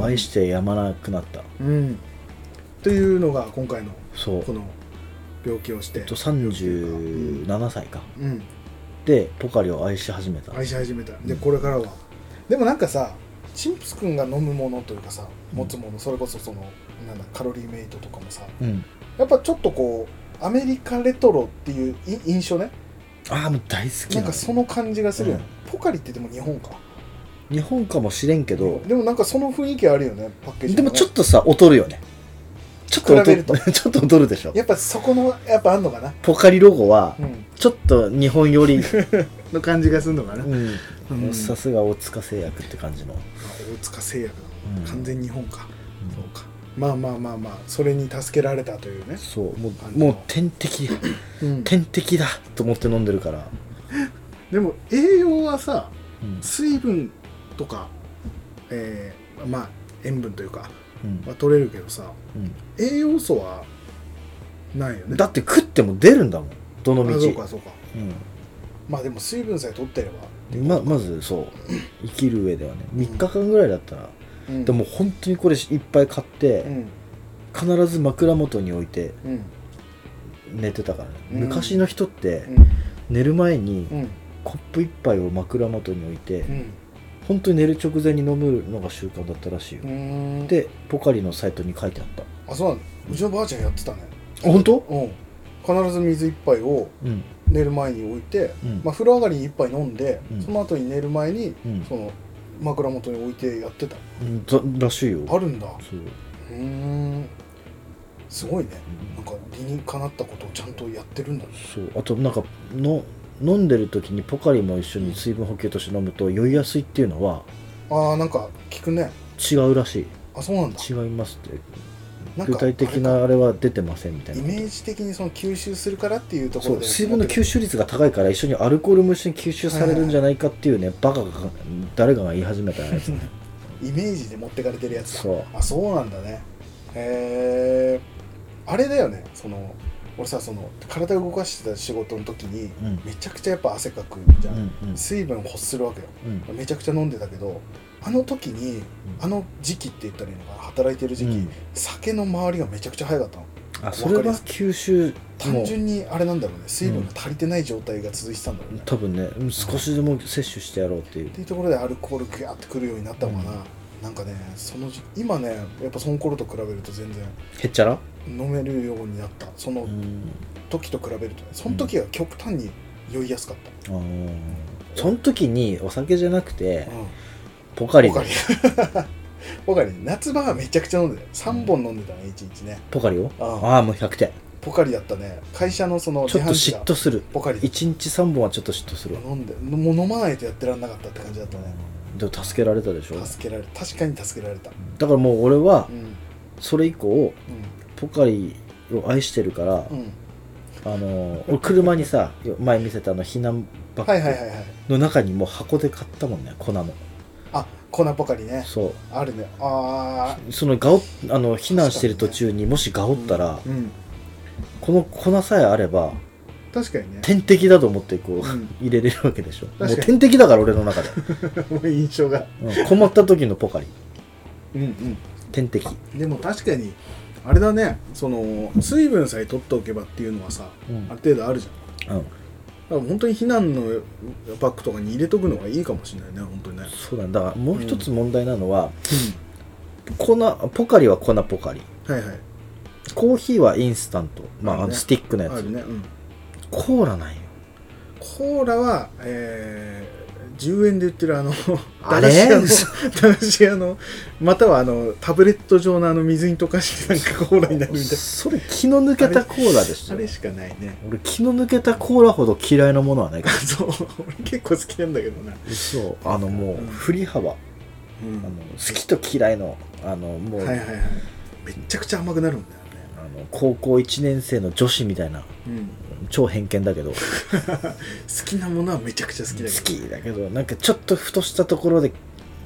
S3: 愛してやまなくなった
S2: うんというのが今回の
S3: そう
S2: この病気をして
S3: えっと37歳か
S2: うん
S3: でポカリを愛し始めた
S2: 愛し始めたでこれからはでもなんかさチンプス君が飲むものというかさ持つものそれこそそのなんだカロリーメイトとかもさ
S3: うん
S2: やっぱちょっとこうアメリカレトロっていうい印象ね
S3: ああもう大好き
S2: な
S3: なんの
S2: かその感じがするよね、ポカリってでも日本か
S3: 日本かもしれんけど
S2: でもなんかその雰囲気あるよねパッケージ
S3: でもちょっ
S2: と
S3: とさ劣るよねちょっと
S2: 比べると
S3: 劣る <laughs> ちょっと劣るでしょ
S2: やっぱそこのやっぱあんのかな
S3: ポカリロゴは
S2: うん
S3: ちょっと日本よ
S2: <laughs>
S3: り、
S2: の感じがするのかな、
S3: う
S2: うん
S3: ん、さすが大塚製薬って感じの、
S2: 大塚製薬
S3: う
S2: だ
S3: ん
S2: 完全日本か、
S3: うん
S2: そうかまあまあまあまあそれに助けられたというね、
S3: そうも
S2: 感
S3: う
S2: じの
S3: もう天敵
S2: うん
S3: 天敵だと思って飲んでるから、
S2: でも栄養はさ
S3: うん
S2: 水分とか、えーまあ塩分というか、
S3: うん
S2: まあ、取れるけどさ
S3: う
S2: 栄養素はないよね
S3: ん、だって食っても出るんだもんどの
S2: あ
S3: 道
S2: そうかそうか
S3: うん
S2: まあでも水分さえ取ってれば、
S3: ままずそう生きる上ではね3日間ぐらいだったら、
S2: うん
S3: でも本当にこれいっぱい買って、
S2: うん
S3: 必ず枕元に置いて
S2: うん
S3: 寝てたからね、
S2: うん
S3: 昔の人って
S2: うん
S3: 寝る前に
S2: うん
S3: コップ一杯を枕元に置いて、
S2: うん
S3: 本当に寝る直前に飲むのが習慣だったらしいよ
S2: う、ーん
S3: でポカリのサイトに書いてあったあ
S2: あそうなのうちのばあちゃんやってたね
S3: 本当
S2: うん必ず水一杯を
S3: うん
S2: 寝る前に置いて、
S3: うん
S2: まあ、風呂上がりに一杯飲んで、
S3: うん
S2: その後に寝る前に
S3: うん
S2: その枕元に置いてやってた
S3: うんだらしいよ
S2: あるんだ
S3: そう
S2: うーんすごいねなんか理にかなったことをちゃんとやってるんだね
S3: そうあとなんかの飲んでる時にポカリも一緒に水分補給として飲むと酔いやすいっていうのは
S2: ああなんか聞くね
S3: 違うらしい
S2: あそうなんだ
S3: 違いますって
S2: なんか
S3: 具体的なあれは出てませんみたい
S2: イ
S3: な
S2: メージ的にその吸収するからっていうとこ
S3: そ
S2: ろ
S3: う
S2: で
S3: 水分の吸収率が高いから一緒にアルコールも一緒に吸収されるんじゃないかっていうねバカが誰かが言い始めたやつ
S2: イメージで持ってかれてるやつだ
S3: そう
S2: あそうなんだねへえあれだよねその俺さその体を動かしてた仕事の時に、
S3: うん
S2: めちゃくちゃやっぱ汗かくじゃ
S3: うん
S2: ん、
S3: うん
S2: 水分欲するわけよ
S3: <laughs> うん
S2: めちゃくちゃ飲んでたけどあの時にあの時期って言ったらいいのかな働いてる時期、
S3: うん
S2: 酒の周りがめちゃくちゃ早かったの
S3: あそれは吸収も
S2: 単純にあれなんだろうね水分が足りてない状態が続いてたんだろうね、
S3: 多分ねうん少しでも摂取してやろうっていう
S2: っていうところでアルコールグワってくるようになったのかな、なんかねその時今ねやっぱその頃と比べると全然
S3: へっちゃら
S2: 飲めるようになったその
S3: うん
S2: 時と比べるとねその時は極端に酔いやすかった、
S3: あーその時にお酒じゃなくて
S2: うん
S3: ポカリ
S2: ポカ
S3: で
S2: リ <laughs> ポカリ夏場はめちゃくちゃ飲んでた3本飲んでたね1日ね
S3: ポカリを
S2: ああ
S3: ああもう100点
S2: ポカリだったね会社のその
S3: ちょっと
S2: 自
S3: 嫉
S2: 販機
S3: 妬
S2: が
S3: する
S2: ポカリ
S3: 1日3本はちょっと嫉妬するわ
S2: 飲んでもう飲まないとやってらんなかったって感じだったね
S3: でも助けられたでしょ
S2: 助けられ確かに助けられた
S3: だからもう俺は
S2: うん
S3: それ以降ポカリを愛してるから
S2: うんうん
S3: あのー俺車にさ前見せたあの避難バ
S2: はいはいは
S3: ッ
S2: いはい
S3: グの中にもう箱で買ったもんね粉の
S2: あ粉ポカリね
S3: そ
S2: あるねあ
S3: うそのがおあの避難してる途中にもしがおったら、
S2: ーうん
S3: この粉さえあれば
S2: 確かにね
S3: 天敵だと思ってこう、
S2: うん
S3: 入れれるわけでしょ
S2: か
S3: も
S2: に
S3: う天敵だから俺の中で、
S2: もう印象が
S3: うん困った時のポカリ
S2: うん
S3: 天敵
S2: うんでも確かにあれだねその水分さえ取っておけばっていうのはさ
S3: うん
S2: ある程度あるじゃん
S3: うん
S2: だから本当に避難のバッグとかに入れとくのがいいかもしれないね本当にね
S3: そうなんだだからもう一つ問題なのは、粉ポカリは粉ポカリ
S2: はいはい
S3: コーヒーはインスタントまああ
S2: ある
S3: の
S2: ね
S3: スティックのや
S2: あ
S3: つ、
S2: るねうん
S3: コーラなんよ
S2: コーラは、えー、10円で売ってるあの
S3: あれ
S2: 駄菓子屋の駄菓子屋のまたはあのタブレット状のあの水に溶かしてなんかコーラになるみたいな
S3: それ気の抜けたコーラでし
S2: あ
S3: た
S2: れしかないね
S3: 俺気の抜けたコーラほど嫌いなものはないから
S2: <laughs> そう俺結構好きなんだけどな、
S3: そうあのもう
S2: うん
S3: 振り幅あ
S2: う
S3: の
S2: ん、
S3: 好きと嫌いのあのもう、
S2: はいはいはいめっちゃくちゃ甘くなるんだよね
S3: あの高校1年生の女子みたいな
S2: <laughs> うん、
S3: 超偏見
S2: <laughs>
S3: だけど好
S2: 好きなものはめちゃくちゃ好きだけど
S3: きだけどなんかちょっとふとしたところで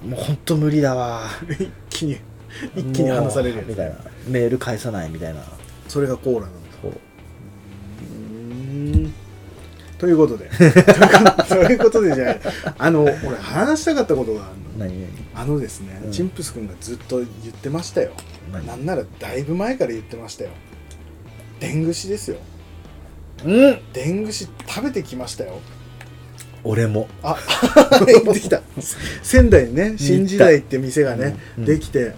S3: もうほんと無理だわ
S2: 一気に <laughs> 一気に離される
S3: も
S2: や
S3: う
S2: つ
S3: みたいなメール返さないみたいな
S2: それがコーラなんだ
S3: そう
S2: うんということ <laughs> でということということでじゃああの俺話したかったことがあるの
S3: 何々
S2: あのですね、
S3: うん
S2: チンプス君がずっと言ってましたよ
S3: 何
S2: なんならだいぶ前から言ってましたよでんぐしですよ
S3: うん
S2: でんぐし食べてきましたよ
S3: 俺も
S2: あできた仙台にね新時代って店がね、
S3: うん
S2: できて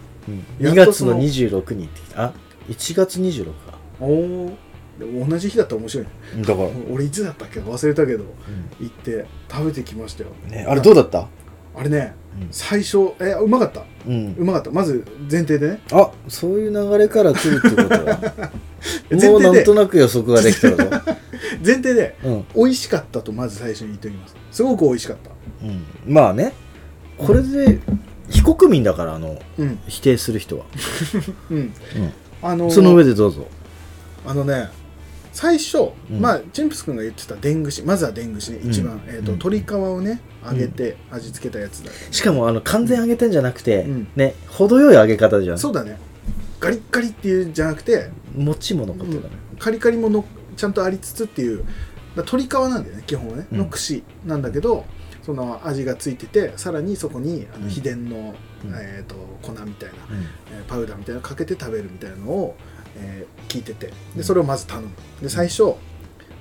S2: や
S3: 2
S2: っと
S3: 月
S2: その
S3: の26に行ってきたあ1月26か
S2: おお同じ日だったら面白いね
S3: だから、
S2: 俺いつだったっけ忘れたけど行って食べてきましたよ
S3: ね、あれどうだった
S2: あれね最初えうまかった
S3: うん、
S2: うまかったまず前提でね
S3: あそういう流れから来るってこと
S2: <laughs>
S3: は
S2: 前提で
S3: もうなんとなく予測ができた
S2: <laughs>
S3: ぞ、
S2: 前提で
S3: うん
S2: 美味しかったとまず最初に言っておきますすごく美味しかった
S3: うん、まあねこれで非国民だからあの
S2: うん
S3: 否定する人は、
S2: うん
S3: う
S2: あの
S3: ん、その上でどうぞ
S2: あのね最初、
S3: うん
S2: まあチンプス君が言ってたでんぐしまずはでんぐしね
S3: うん
S2: 一番、えーと
S3: うん
S2: 鶏皮をね揚げて味付けたやつだ、
S3: しかもあの完全揚げてんじゃなくて、
S2: うん
S3: ね程よい揚げ方じゃん
S2: そうだねガリッガリっていうんじゃなくて
S3: もちも残ってるからね、
S2: カリカリものちゃんとありつつっていうだから鶏皮なんだよね基本はね
S3: うん
S2: の串なんだけど、その味がついててさらにそこにあ
S3: う
S2: の
S3: ん
S2: 秘伝の、
S3: うん
S2: えー、と粉みたいな、
S3: うん
S2: えーパウダーみたいなのかけて食べるみたいなのを、えー聞いててでそれをまず頼むで最初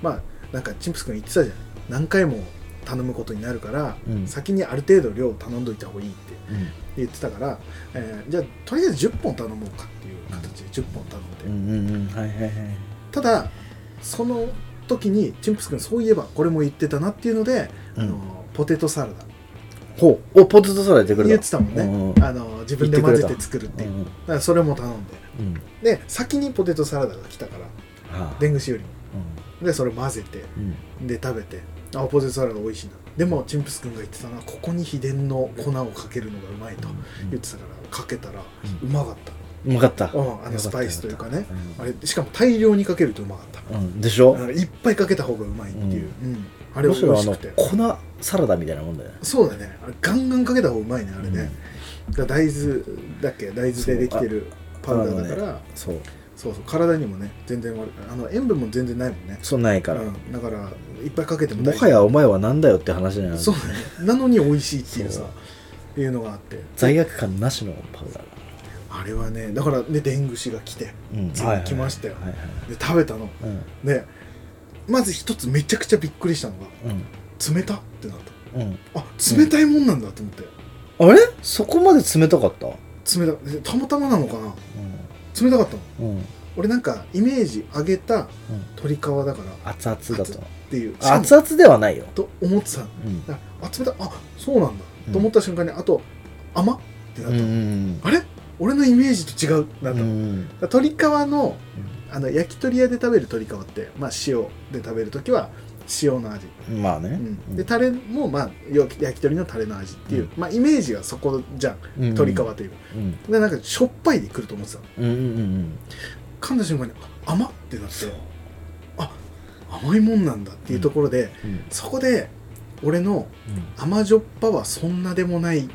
S2: まあなんかチンプス君言ってたじゃん何回も頼むことになるから、
S3: うん
S2: 先にある程度量を頼んどいた方がいいって
S3: うん
S2: 言ってたから、えーじゃあとりあえず10本頼もうかっていう形で10本頼んで、
S3: うんうんうんはいはいはい
S2: ただその時にチンプス君そういえばこれも言ってたなっていうので、
S3: うん
S2: あのポテトサラダ
S3: ほうおポテトサラダ出てく
S2: 言
S3: れ
S2: ったてたもんね、
S3: うんうん
S2: あの自分で混ぜて作るっていうう、
S3: ん
S2: だからそれも頼んで
S3: うん
S2: で先にポテトサラダが来たから
S3: はあ
S2: でんぐしよりも
S3: う
S2: でそれ混ぜて
S3: んうん
S2: で食べてあポテトサラダ美味しいなでもチンプス君が言ってたのはここに秘伝の粉をかけるのがうまいと言ってたからかけたらうまかった、
S3: うまかった
S2: うん、あのスパイスというかねあ
S3: れ、
S2: れしかも大量にかけるとうまかった
S3: うん、でしょ
S2: あのいっぱいかけた方がうまいっていう、うんあれ
S3: む
S2: 美
S3: しろ
S2: 味
S3: あ
S2: し
S3: の
S2: くて
S3: 粉サラダみたいなもんだよね
S2: そうだねあれガンガンかけた方がうまいねあれね、だから大豆だっけ大豆でできてるパウダーだから、
S3: そう
S2: そうそう体にもね全然悪いあの塩分も全然ないもんね
S3: そうないから、
S2: うん、だからいっぱいかけても
S3: も
S2: 丈夫
S3: はやお前はなんだよって話じゃない
S2: そうだねなのに美味しいっていうさ
S3: そう
S2: っていうのがあって
S3: 罪悪感なしのパウダーだ
S2: あれはねだからねでんぐしが来て
S3: うん
S2: 次来ましたよ
S3: はいはいはい
S2: で食べたのでまず一つめちゃくちゃびっくりしたのが
S3: うん
S2: 冷たってなった
S3: うん
S2: あ冷たいもんなんだと思って、
S3: うんあれそこまで冷たかった
S2: 冷たでたまたまなのかな
S3: う
S2: 冷たかったの
S3: んうん
S2: 俺なんかイメージ揚げた
S3: うん
S2: 鶏皮だからっ
S3: 熱々だと
S2: ていう
S3: 熱々ではないよ
S2: と思ってたの
S3: うん
S2: だからあ冷たいあそうなんだ、
S3: うん
S2: と思った瞬間にあと甘ってな
S3: う
S2: っ
S3: ん
S2: た、
S3: うん
S2: あれ俺のイメージと違うな
S3: うん
S2: った、
S3: うん
S2: 鶏皮のあの焼き鳥屋で食べる鶏皮って、まあ、塩で食べる時は塩の味、
S3: うんまあ
S2: う
S3: ね
S2: んでタレも、まあ、よ焼き鳥のタレの味っていう、まあ、イメージがそこじゃん鶏皮
S3: うん
S2: という、
S3: うん
S2: でなんかしょっぱいでくると思ってたの
S3: うんうんうん
S2: 噛んだ瞬間にあ甘ってなってあ甘いもんなんだっていうところで、
S3: うん
S2: そこで俺の甘じょっぱはそんなでもない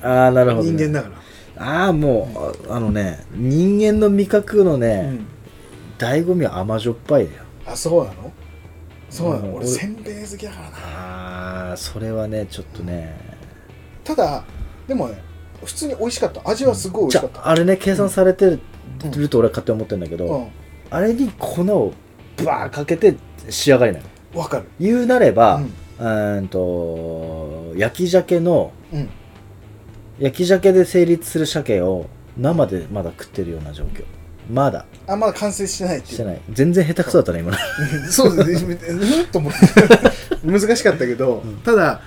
S3: ああなるほど、
S2: 人
S3: ね、
S2: 間だか
S3: ああもうああのね人間の味覚の
S2: ら、う
S3: ね、
S2: ん、
S3: 醍醐味は甘じょっぱいだよ
S2: あそうなのそうなの、
S3: うん
S2: 俺
S3: 俺
S2: せんべい好きだからな
S3: ああそれはねちょっとね
S2: ただでもね普通に美味しかった味はすごい美味
S3: じ
S2: し
S3: ゃ
S2: かった、
S3: ああれね計算されてる,、
S2: うん
S3: と俺は勝手に思ってるんだけど、
S2: うん
S3: あれに粉をバーかけて仕上がりなの
S2: わかる
S3: 言うなれば、
S2: うん
S3: うーんと焼き鮭の
S2: うん
S3: 焼き鮭で成立する鮭を生でまだ食ってるような状況まだ
S2: あんまだ完成してないって
S3: し
S2: い
S3: て
S2: う
S3: ない全然下手くそだったね今の
S2: そうですねうんと思って難しかったけど、
S3: うん
S2: ただ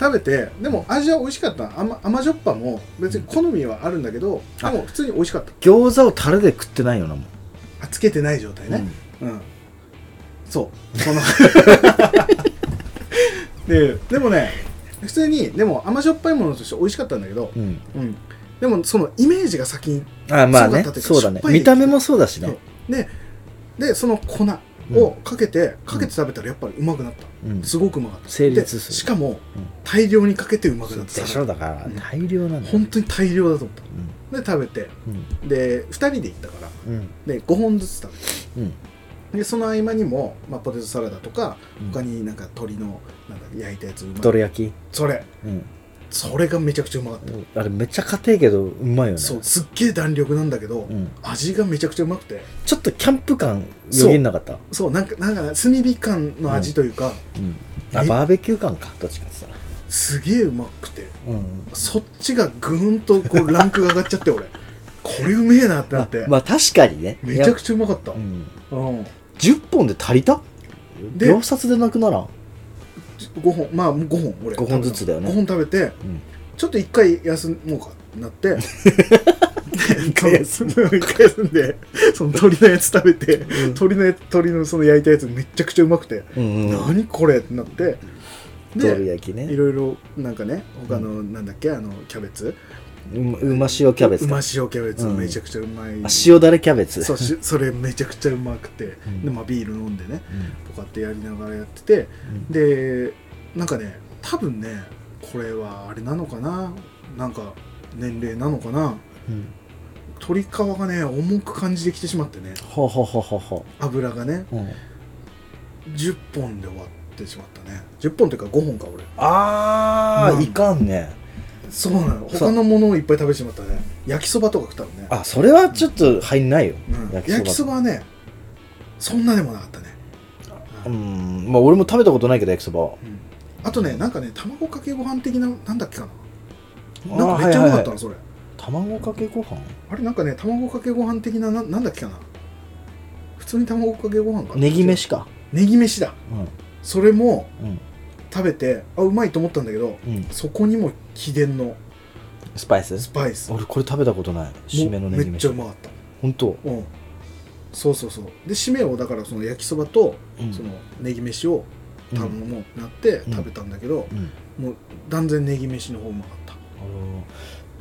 S2: 食べてでも味は美味しかった甘甘じょっぱも別に好みはあるんだけど、で
S3: あ
S2: も普通に美味しかった
S3: 餃子をタレで食ってないようなもん、
S2: あつけてない状態
S3: う
S2: ね
S3: ん
S2: うん、そうこのででもね普通にでも甘じょっぱいものとして美味しかったんだけど、
S3: うん
S2: うん、でもそのイメージが先に
S3: あまあね
S2: そうだったっていうか
S3: そうだね
S2: しょっぱい
S3: 見た目もそうだしね、
S2: ででその粉をかけて、かけて食べたらやっぱりうまくなった、
S3: うん、
S2: すごくうまかった
S3: 成立す
S2: で
S3: る
S2: しかも、
S3: うん
S2: 大量にかけてうまくなった
S3: でしょだから
S2: うん
S3: 大量なんだよ
S2: 本当に大量だと思っ
S3: うん
S2: たで食べて
S3: うん
S2: で2人で行ったから
S3: うん
S2: で5本ずつ食べて
S3: うん
S2: でその合間にも、まあ、ポテトサラダとか
S3: うん
S2: 他になんか鶏のなんか焼いたやつうまい
S3: どら焼き、
S2: それ
S3: うん、
S2: それがめちゃくちゃうまかった、
S3: あれめっちゃ硬いけどうまいよね
S2: そうすっげえ弾力なんだけど、
S3: うん、
S2: 味がめちゃくちゃうまくて
S3: ちょっとキャンプ感よぎんなかった
S2: そうなんかなんか炭火感の味というか、
S3: うんあ
S2: え
S3: バーベキュー感かどっちかって言っ
S2: すげえうまくて
S3: たらうん
S2: そっちがぐーんとこうランクが上がっちゃって俺これうめえなってなって、
S3: <laughs> まあ確かにね
S2: めちゃく
S3: ち
S2: ちゃうまかった、
S3: ゃ、うん、
S2: うん、
S3: 10本で足りた
S2: で
S3: 秒殺でなくならん
S2: 5本まあ5本俺
S3: 5本ずつだよね
S2: 5本食べて、
S3: うん
S2: ちょっと1回休もうかってなって一
S3: 回休
S2: む一回休んで <laughs> その鳥のやつ食べて、鳥のや鳥のその焼いたやつめちゃくちゃうまくて、
S3: うんうん
S2: 何これってなって
S3: ドル
S2: で
S3: 焼き
S2: い
S3: ね
S2: ろいろなんかね他のなんだっけあのキャベツ
S3: ううま塩キャベツ
S2: う
S3: か
S2: ま塩キャベツ
S3: うん
S2: めちゃくちゃうまい、
S3: あ塩だれキャベツ
S2: そうしそれめちゃくちゃうまくて、
S3: うん
S2: でまあ、ビール飲んでね
S3: うん
S2: とかってやりながらやってて
S3: うん
S2: でなんかね多分ねこれはあれなのかななんか年齢なのかな
S3: うん
S2: 鶏皮がね重く感じてきてしまってね
S3: ほうほうほうほうほ
S2: 油がね
S3: う、うん、
S2: 10本で終わってしまったね10本というか5本か俺
S3: あー、
S2: うん
S3: いかんね
S2: そうなの
S3: そう
S2: 他のものをいっぱい食べてしまったね焼きそばとか食ったのね
S3: あそれはちょっと入んないよ、
S2: うん焼きそばはねそんなでもなかったね、
S3: う
S2: うん
S3: んまあ俺も食べたことないけど焼きそば
S2: うんあとねなんかね卵かけご飯的ななんだっけかな
S3: あ
S2: なん
S3: ー
S2: かめっちゃうまか
S3: は
S2: った
S3: い
S2: な、
S3: はい
S2: それ
S3: 卵かけご飯
S2: あれなんかね卵かけご飯的なななんだっけかな普通に卵かけご飯かな
S3: ネギ飯か
S2: ネギ飯だ
S3: う
S2: それも
S3: んうん
S2: 食べてあうまいと思ったんだけど
S3: うん
S2: そこにも秘伝の
S3: スパイス
S2: スパイスも
S3: 俺これ食べたことない締めのネギ
S2: めっちゃ
S3: 飯
S2: うまかった
S3: 本当
S2: うんそうそうそうで締めをだからその焼きそばと
S3: うん
S2: そのネギ飯を頼もうなって
S3: ん
S2: 食べたんだけど、
S3: うん
S2: もう断然ネギ飯の方うまかった、
S3: あ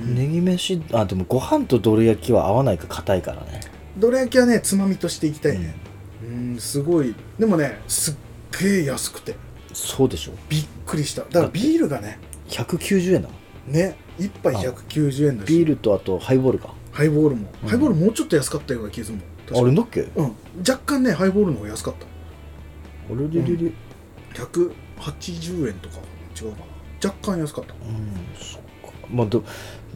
S3: のネギ飯あでもご飯とどら焼きは合わないか硬いからね
S2: どら焼きはねつまみとしていきたいねうんすごいでもねすっげえ安くて
S3: そうでしょ
S2: びっくりしただからビールがね
S3: 190円だもん
S2: ね一杯
S3: あ
S2: 190円だし
S3: ビールとあとハイボールか
S2: ハイボールも、
S3: うん
S2: ハイボールもうちょっと安かったような気がするもん確
S3: あ
S2: か
S3: れだっけ
S2: うん、若干ねハイボールの方が安かった
S3: あれりりり
S2: 180円とか違うかな若干安かった
S3: うんそっかまあで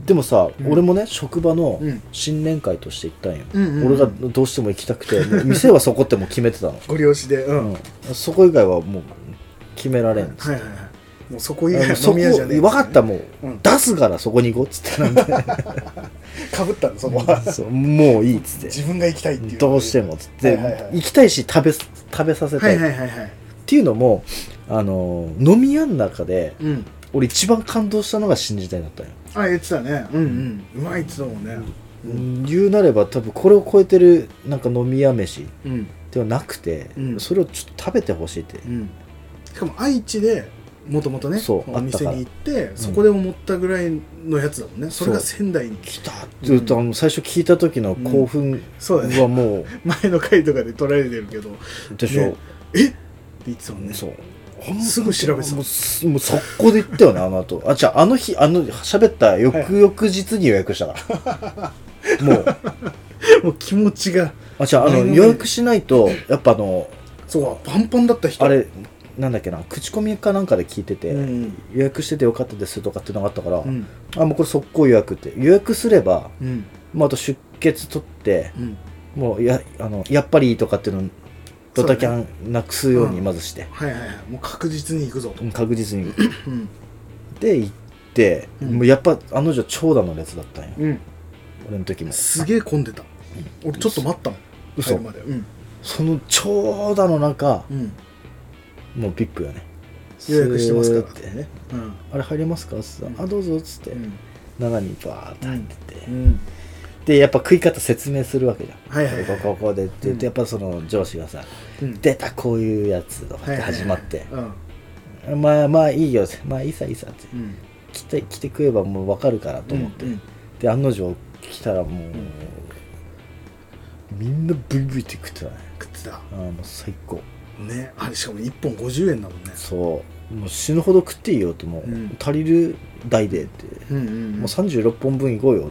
S3: でもさ
S2: うん
S3: 俺もね職場の
S2: うん
S3: 新年会として行ったんよ
S2: うんうんうん
S3: 俺がどうしても行きたくてもう店はそこってもう決めてたの
S2: ご利用しでうん、はい
S3: うんそこ以外はもう決められん
S2: はいはいもうそこ以
S3: あのそ
S2: 外 <laughs> は飲
S3: こ
S2: み屋じゃねえ
S3: 分かったもう
S2: うん
S3: 出すからそこに行こうっ
S2: <laughs>
S3: つってなんで
S2: かぶったのそこは
S3: <laughs> そうもういいっつって
S2: 自分が行きたいっていう
S3: どうしてもっつって、
S2: はいはいはい
S3: 行きたいし食べ食べさせた、
S2: はいいはいはいは
S3: っ
S2: い
S3: ていうのもあの飲み屋の中で
S2: うん
S3: 俺一番感動したのが新時代だったよ、
S2: あ言ってたねうんうんうまいっつったもんね
S3: うん言うなれば多分これを超えてるなんか飲み屋飯
S2: うん
S3: ではなくて、
S2: うん
S3: それをちょっと食べてほしいって、
S2: うんしかも愛知でもともとね
S3: そう
S2: お店
S3: あったから
S2: に行ってそこで思ったぐらいのやつだもんねそれが仙台に
S3: 来たって言うと、
S2: うん
S3: あの最初聞いた時の興奮
S2: そうだね
S3: はもう、
S2: 前の回とかで撮られてるけど
S3: でしょ、
S2: ねえって言ってたもんね
S3: そうほん
S2: すぐ調べてた
S3: もうすもう速攻で行ったよねあの後あじゃああの日あの喋った翌々日に予約した
S2: <laughs>
S3: から、もう
S2: もう気持ちが
S3: あじゃああ
S2: な
S3: の
S2: いのに
S3: 予約しないとやっぱあの
S2: そうパンパンだった人
S3: あれなんだっけな口コミかなんかで聞いてて、
S2: うん
S3: 予約しててよかったですとかっていうのがあったから、
S2: うん
S3: あもうこれ速攻予約って予約すれば、
S2: うん
S3: まあ、あと出血取って
S2: うん
S3: もうやあのやっぱりとかっていうのドタキャンなくすようにまずして、
S2: はいはいはいもう確実に行くぞと
S3: うん確実に
S2: うん
S3: で行って、
S2: うん
S3: もうやっぱあの女長蛇の列だったんよ
S2: うん
S3: 俺の時も
S2: すげえ混んでた俺ちょっと待ったもん
S3: 嘘
S2: 入るまでうん
S3: その長蛇の中
S2: うん
S3: もう VIP よね
S2: 予約してますから
S3: ス
S2: っ
S3: ー
S2: て
S3: ッて
S2: ねうん
S3: あれ入れますかっつって、
S2: うん
S3: あどうぞっつって、
S2: うん
S3: 中にバーって入ってて、
S2: うん
S3: でやっぱ食い方説明するわけじゃん
S2: はいはい
S3: こ
S2: は
S3: う
S2: い
S3: こうこうでって言って、や
S2: うん
S3: っぱその上司がさ
S2: うん
S3: 出たこういうやつとかっ
S2: はい
S3: て
S2: はいはい
S3: 始まって、
S2: うん
S3: まあまあいいよまあいいさいいさって
S2: うん
S3: 来て来て食えばもう分かるからと思って、
S2: うん
S3: で案の定来たらもう、
S2: ん
S3: みんなブイブイって食ってたね
S2: 食ってた
S3: あーもう最高
S2: ねあれしかも1本50円だもんね
S3: そうもう死ぬほど食っていいよともう、
S2: うん
S3: 足りる台でって、
S2: うんうん
S3: もう36本分いこうよ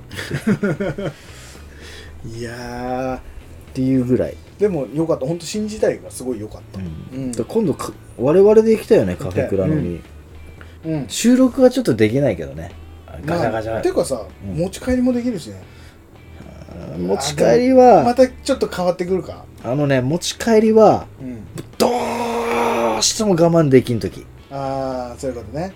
S2: うんいや
S3: っていうぐらい、
S2: ーでもよかった本当新時代がすごい良かったうん
S3: で今度か我々で行きたいよねカフェクラのに、
S2: うん
S3: 収録はちょっとできないけどねガチャガチ
S2: まあ
S3: ャ
S2: ていうかさ
S3: うん
S2: 持ち帰りもできるしね
S3: あー持ち帰りは
S2: またちょっと変わってくるか
S3: あのね持ち帰りは
S2: うん
S3: どうしても我慢できん時
S2: ああそういうことね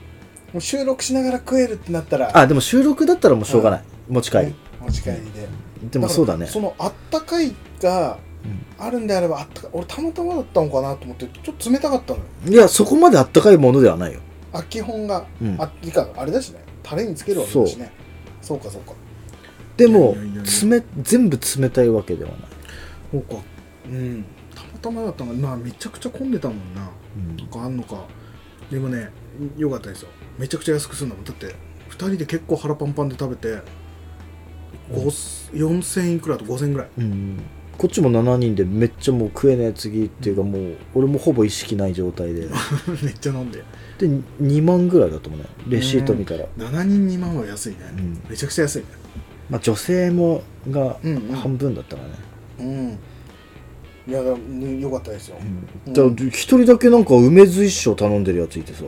S2: もう収録しながら食えるってなったら
S3: あでも収録だったらもうしょうがない、持ち帰り、
S2: ね持ち帰りで
S3: でもそうだね
S2: からそのあったかいが
S3: うん
S2: あるんであればあったかい俺たまたまだったのかなと思ってちょっと冷たかったのよ
S3: いやそこまであったかいものではないよ
S2: あ基本が、
S3: うん
S2: あてかあれだしねタレにつけるわけだしねそうかそうか
S3: でも
S2: いやいやいやいや
S3: 冷全部冷たいわけではない、
S2: そうかうんたまたまだったのがまあめちゃくちゃ混んでたもんななんかあんのかでもねよかったですよめちゃくちゃ安くするんだもんだって2人で結構腹パンパンで食べて5000 4000いくらと5000ぐらい <laughs>
S3: うんこっちも7人でめっちゃもう食えねえ次っていうかもう俺もほぼ意識ない状態で
S2: めっちゃ飲んで
S3: で2万ぐらいだと思うねレシート見たら、
S2: 7人2万は安いね、
S3: うん
S2: めちゃくちゃ安いね
S3: まあ、女性もが
S2: うんうん
S3: 半分だったからね、
S2: うんいやだねよかったですよ、うん <laughs>
S3: だから一人だけなんか梅酢一生頼んでるやついてさ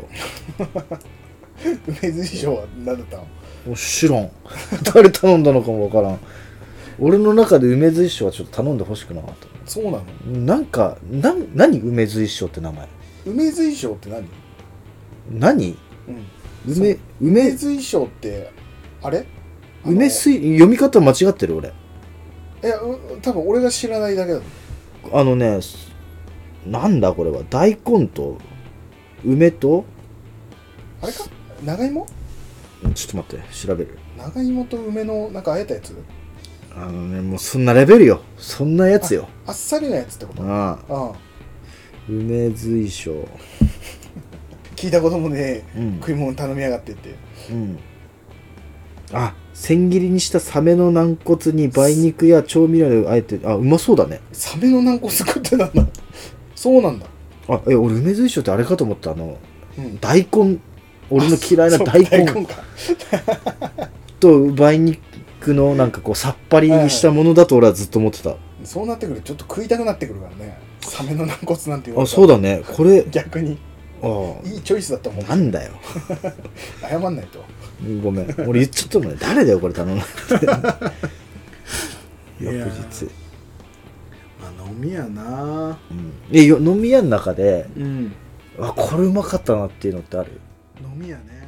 S2: 梅津師匠は何だったの
S3: もう知らん <laughs> 誰頼んだのかもわからん俺の中で梅酢一生はちょっと頼んでほしくなかっ
S2: そうなの
S3: たなんかなん何梅酢一生って名前
S2: 梅津衣装って何、
S3: 何
S2: うん、
S3: 梅
S2: 梅
S3: 梅
S2: 津衣装ってあれ
S3: 梅水読み方間違ってる俺
S2: あのいやう多分俺が知らないだけだと
S3: あのねすなんだこれは大根と梅と
S2: あれか長芋
S3: うんちょっと待って調べる
S2: 長芋と梅のなんかあえたやつ
S3: あのねもうそんなレベルよそんなやつよ
S2: あっさりなやつってことあ
S3: ああ
S2: あ
S3: 梅水晶
S2: 聞いたこともねえ、
S3: うん
S2: 食い物頼みやがってって
S3: うんあ千切りにしたサメの軟骨に梅肉や調味料であえてあうまそうだね
S2: サメの軟骨食ってたんだそうなんだ、
S3: あえ俺梅水晶ってあれかと思ったあの
S2: うん、
S3: 大根俺の嫌い
S2: <laughs>
S3: な
S2: そう
S3: 大
S2: 大
S3: 根
S2: 根か
S3: と梅肉のなんかこうさっぱりにしたものだと俺はずっと思ってた、
S2: そうなってくるとちょっと食いたくなってくるからねサメの軟骨なんて言わ
S3: あ
S2: れたら
S3: そうだねこれ
S2: 逆に
S3: あ
S2: <laughs> いいチョイスだったもん
S3: あなんだよ
S2: 謝んないと
S3: ごめん俺言っちゃったのね誰だよこれ頼んだ
S2: い
S3: 翌
S2: や
S3: 日、
S2: あ飲みやな
S3: うん、えよ飲み屋の中で
S2: うん
S3: あこれうまかったなっていうのってある
S2: 飲みやね